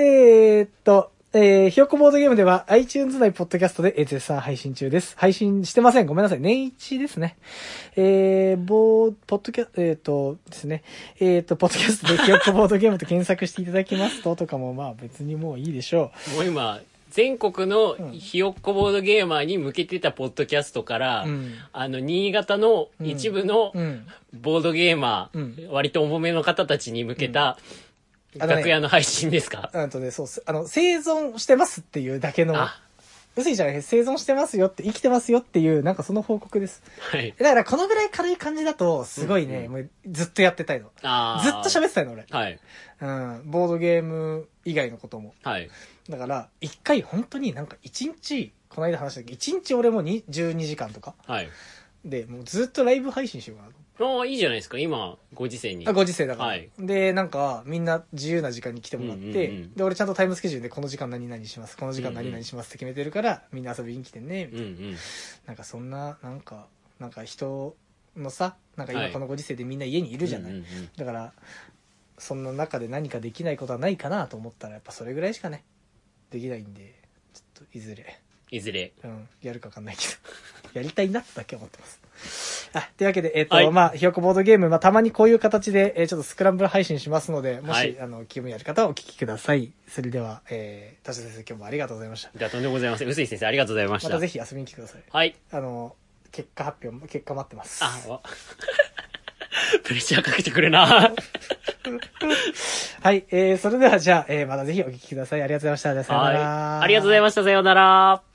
[SPEAKER 1] えーっと、えー、ひよっこボードゲームでは iTunes 内ポッドキャストでえー絶賛配信中です。配信してません。ごめんなさい。年一ですね。えー、ボー、ポッドキャ、えーっとですね。えーっと、ポッドキャス トでひよっこボードゲームと検索していただきますと、とかもまあ別にもういいでしょ
[SPEAKER 2] もう今、全国のひよっこボードゲーマーに向けてたポッドキャストから、
[SPEAKER 1] うん
[SPEAKER 2] あの、新潟の一部の
[SPEAKER 1] う。うん。
[SPEAKER 2] ボードゲーマー、
[SPEAKER 1] う
[SPEAKER 2] 割と重めの方たちに向けた、
[SPEAKER 1] んあのね
[SPEAKER 2] 楽屋の配信ですか、
[SPEAKER 1] あとね、そうっす。あの、生存してますっていうだけの、
[SPEAKER 2] あ、
[SPEAKER 1] うすいじゃない生存してますよって、生きてますよっていう、なんかその報告です。
[SPEAKER 2] はい。
[SPEAKER 1] だからこのぐらい軽い感じだと、すごいね、
[SPEAKER 2] うん
[SPEAKER 1] もうずっとやってたいの。
[SPEAKER 2] あ
[SPEAKER 1] ずっと喋ってたいの、俺。
[SPEAKER 2] る。はい。
[SPEAKER 1] うん、ボードゲーム以外のことも。
[SPEAKER 2] はい。
[SPEAKER 1] だから、一回本当になんか一日、この間話したけど、一日俺もに12時間とか。
[SPEAKER 2] はい。
[SPEAKER 1] で、もうずっとライブ配信しようかなと。
[SPEAKER 2] ああ、いいじゃないですか、今、ご時世に。
[SPEAKER 1] あ、ご時世だから。
[SPEAKER 2] はい
[SPEAKER 1] で、なんか、みんな自由な時間に来てもらって、
[SPEAKER 2] うんうんうん
[SPEAKER 1] で、俺ちゃんとタイムスケジュールでこの時間何々します、この時間何々しますって決めてるから、みんな遊びに来てね、みたい
[SPEAKER 2] うん
[SPEAKER 1] な
[SPEAKER 2] うん。
[SPEAKER 1] なんかそんな、なんか、なんか人のさ、なんか今
[SPEAKER 2] はい
[SPEAKER 1] このご時世でみんな家にいるじゃない。
[SPEAKER 2] うんうんうん
[SPEAKER 1] だから、そんな中で何かできないことはないかなと思ったら、やっぱそれぐらいしかね、できないんで、ちょっといずれ、
[SPEAKER 2] いずれ。
[SPEAKER 1] うん、やるかわかんないけど、や りたいなってだけ思ってます。あ、というわけで、えっ、と、
[SPEAKER 2] はい
[SPEAKER 1] まあ、ひよこボードゲーム、まあ、たまにこういう形で、えーちょっとスクランブル配信しますので、もし、
[SPEAKER 2] はい
[SPEAKER 1] あの、気分やる方はお聞きください。それでは、えー、田代先生今日もありがとうございました。
[SPEAKER 2] じゃあ、とんでもございません。臼井先生、ありがとうございました。
[SPEAKER 1] またぜひ遊びに来てください。
[SPEAKER 2] はい。
[SPEAKER 1] あの、結果発表、結果待ってます。
[SPEAKER 2] あ、わ プレッシャーかけてくるな。
[SPEAKER 1] はい、えー、それではじゃあ、えー、またぜひお聞きください。ありがとうございました。じゃあさようなら。
[SPEAKER 2] はい。ありがとうございました。さようなら。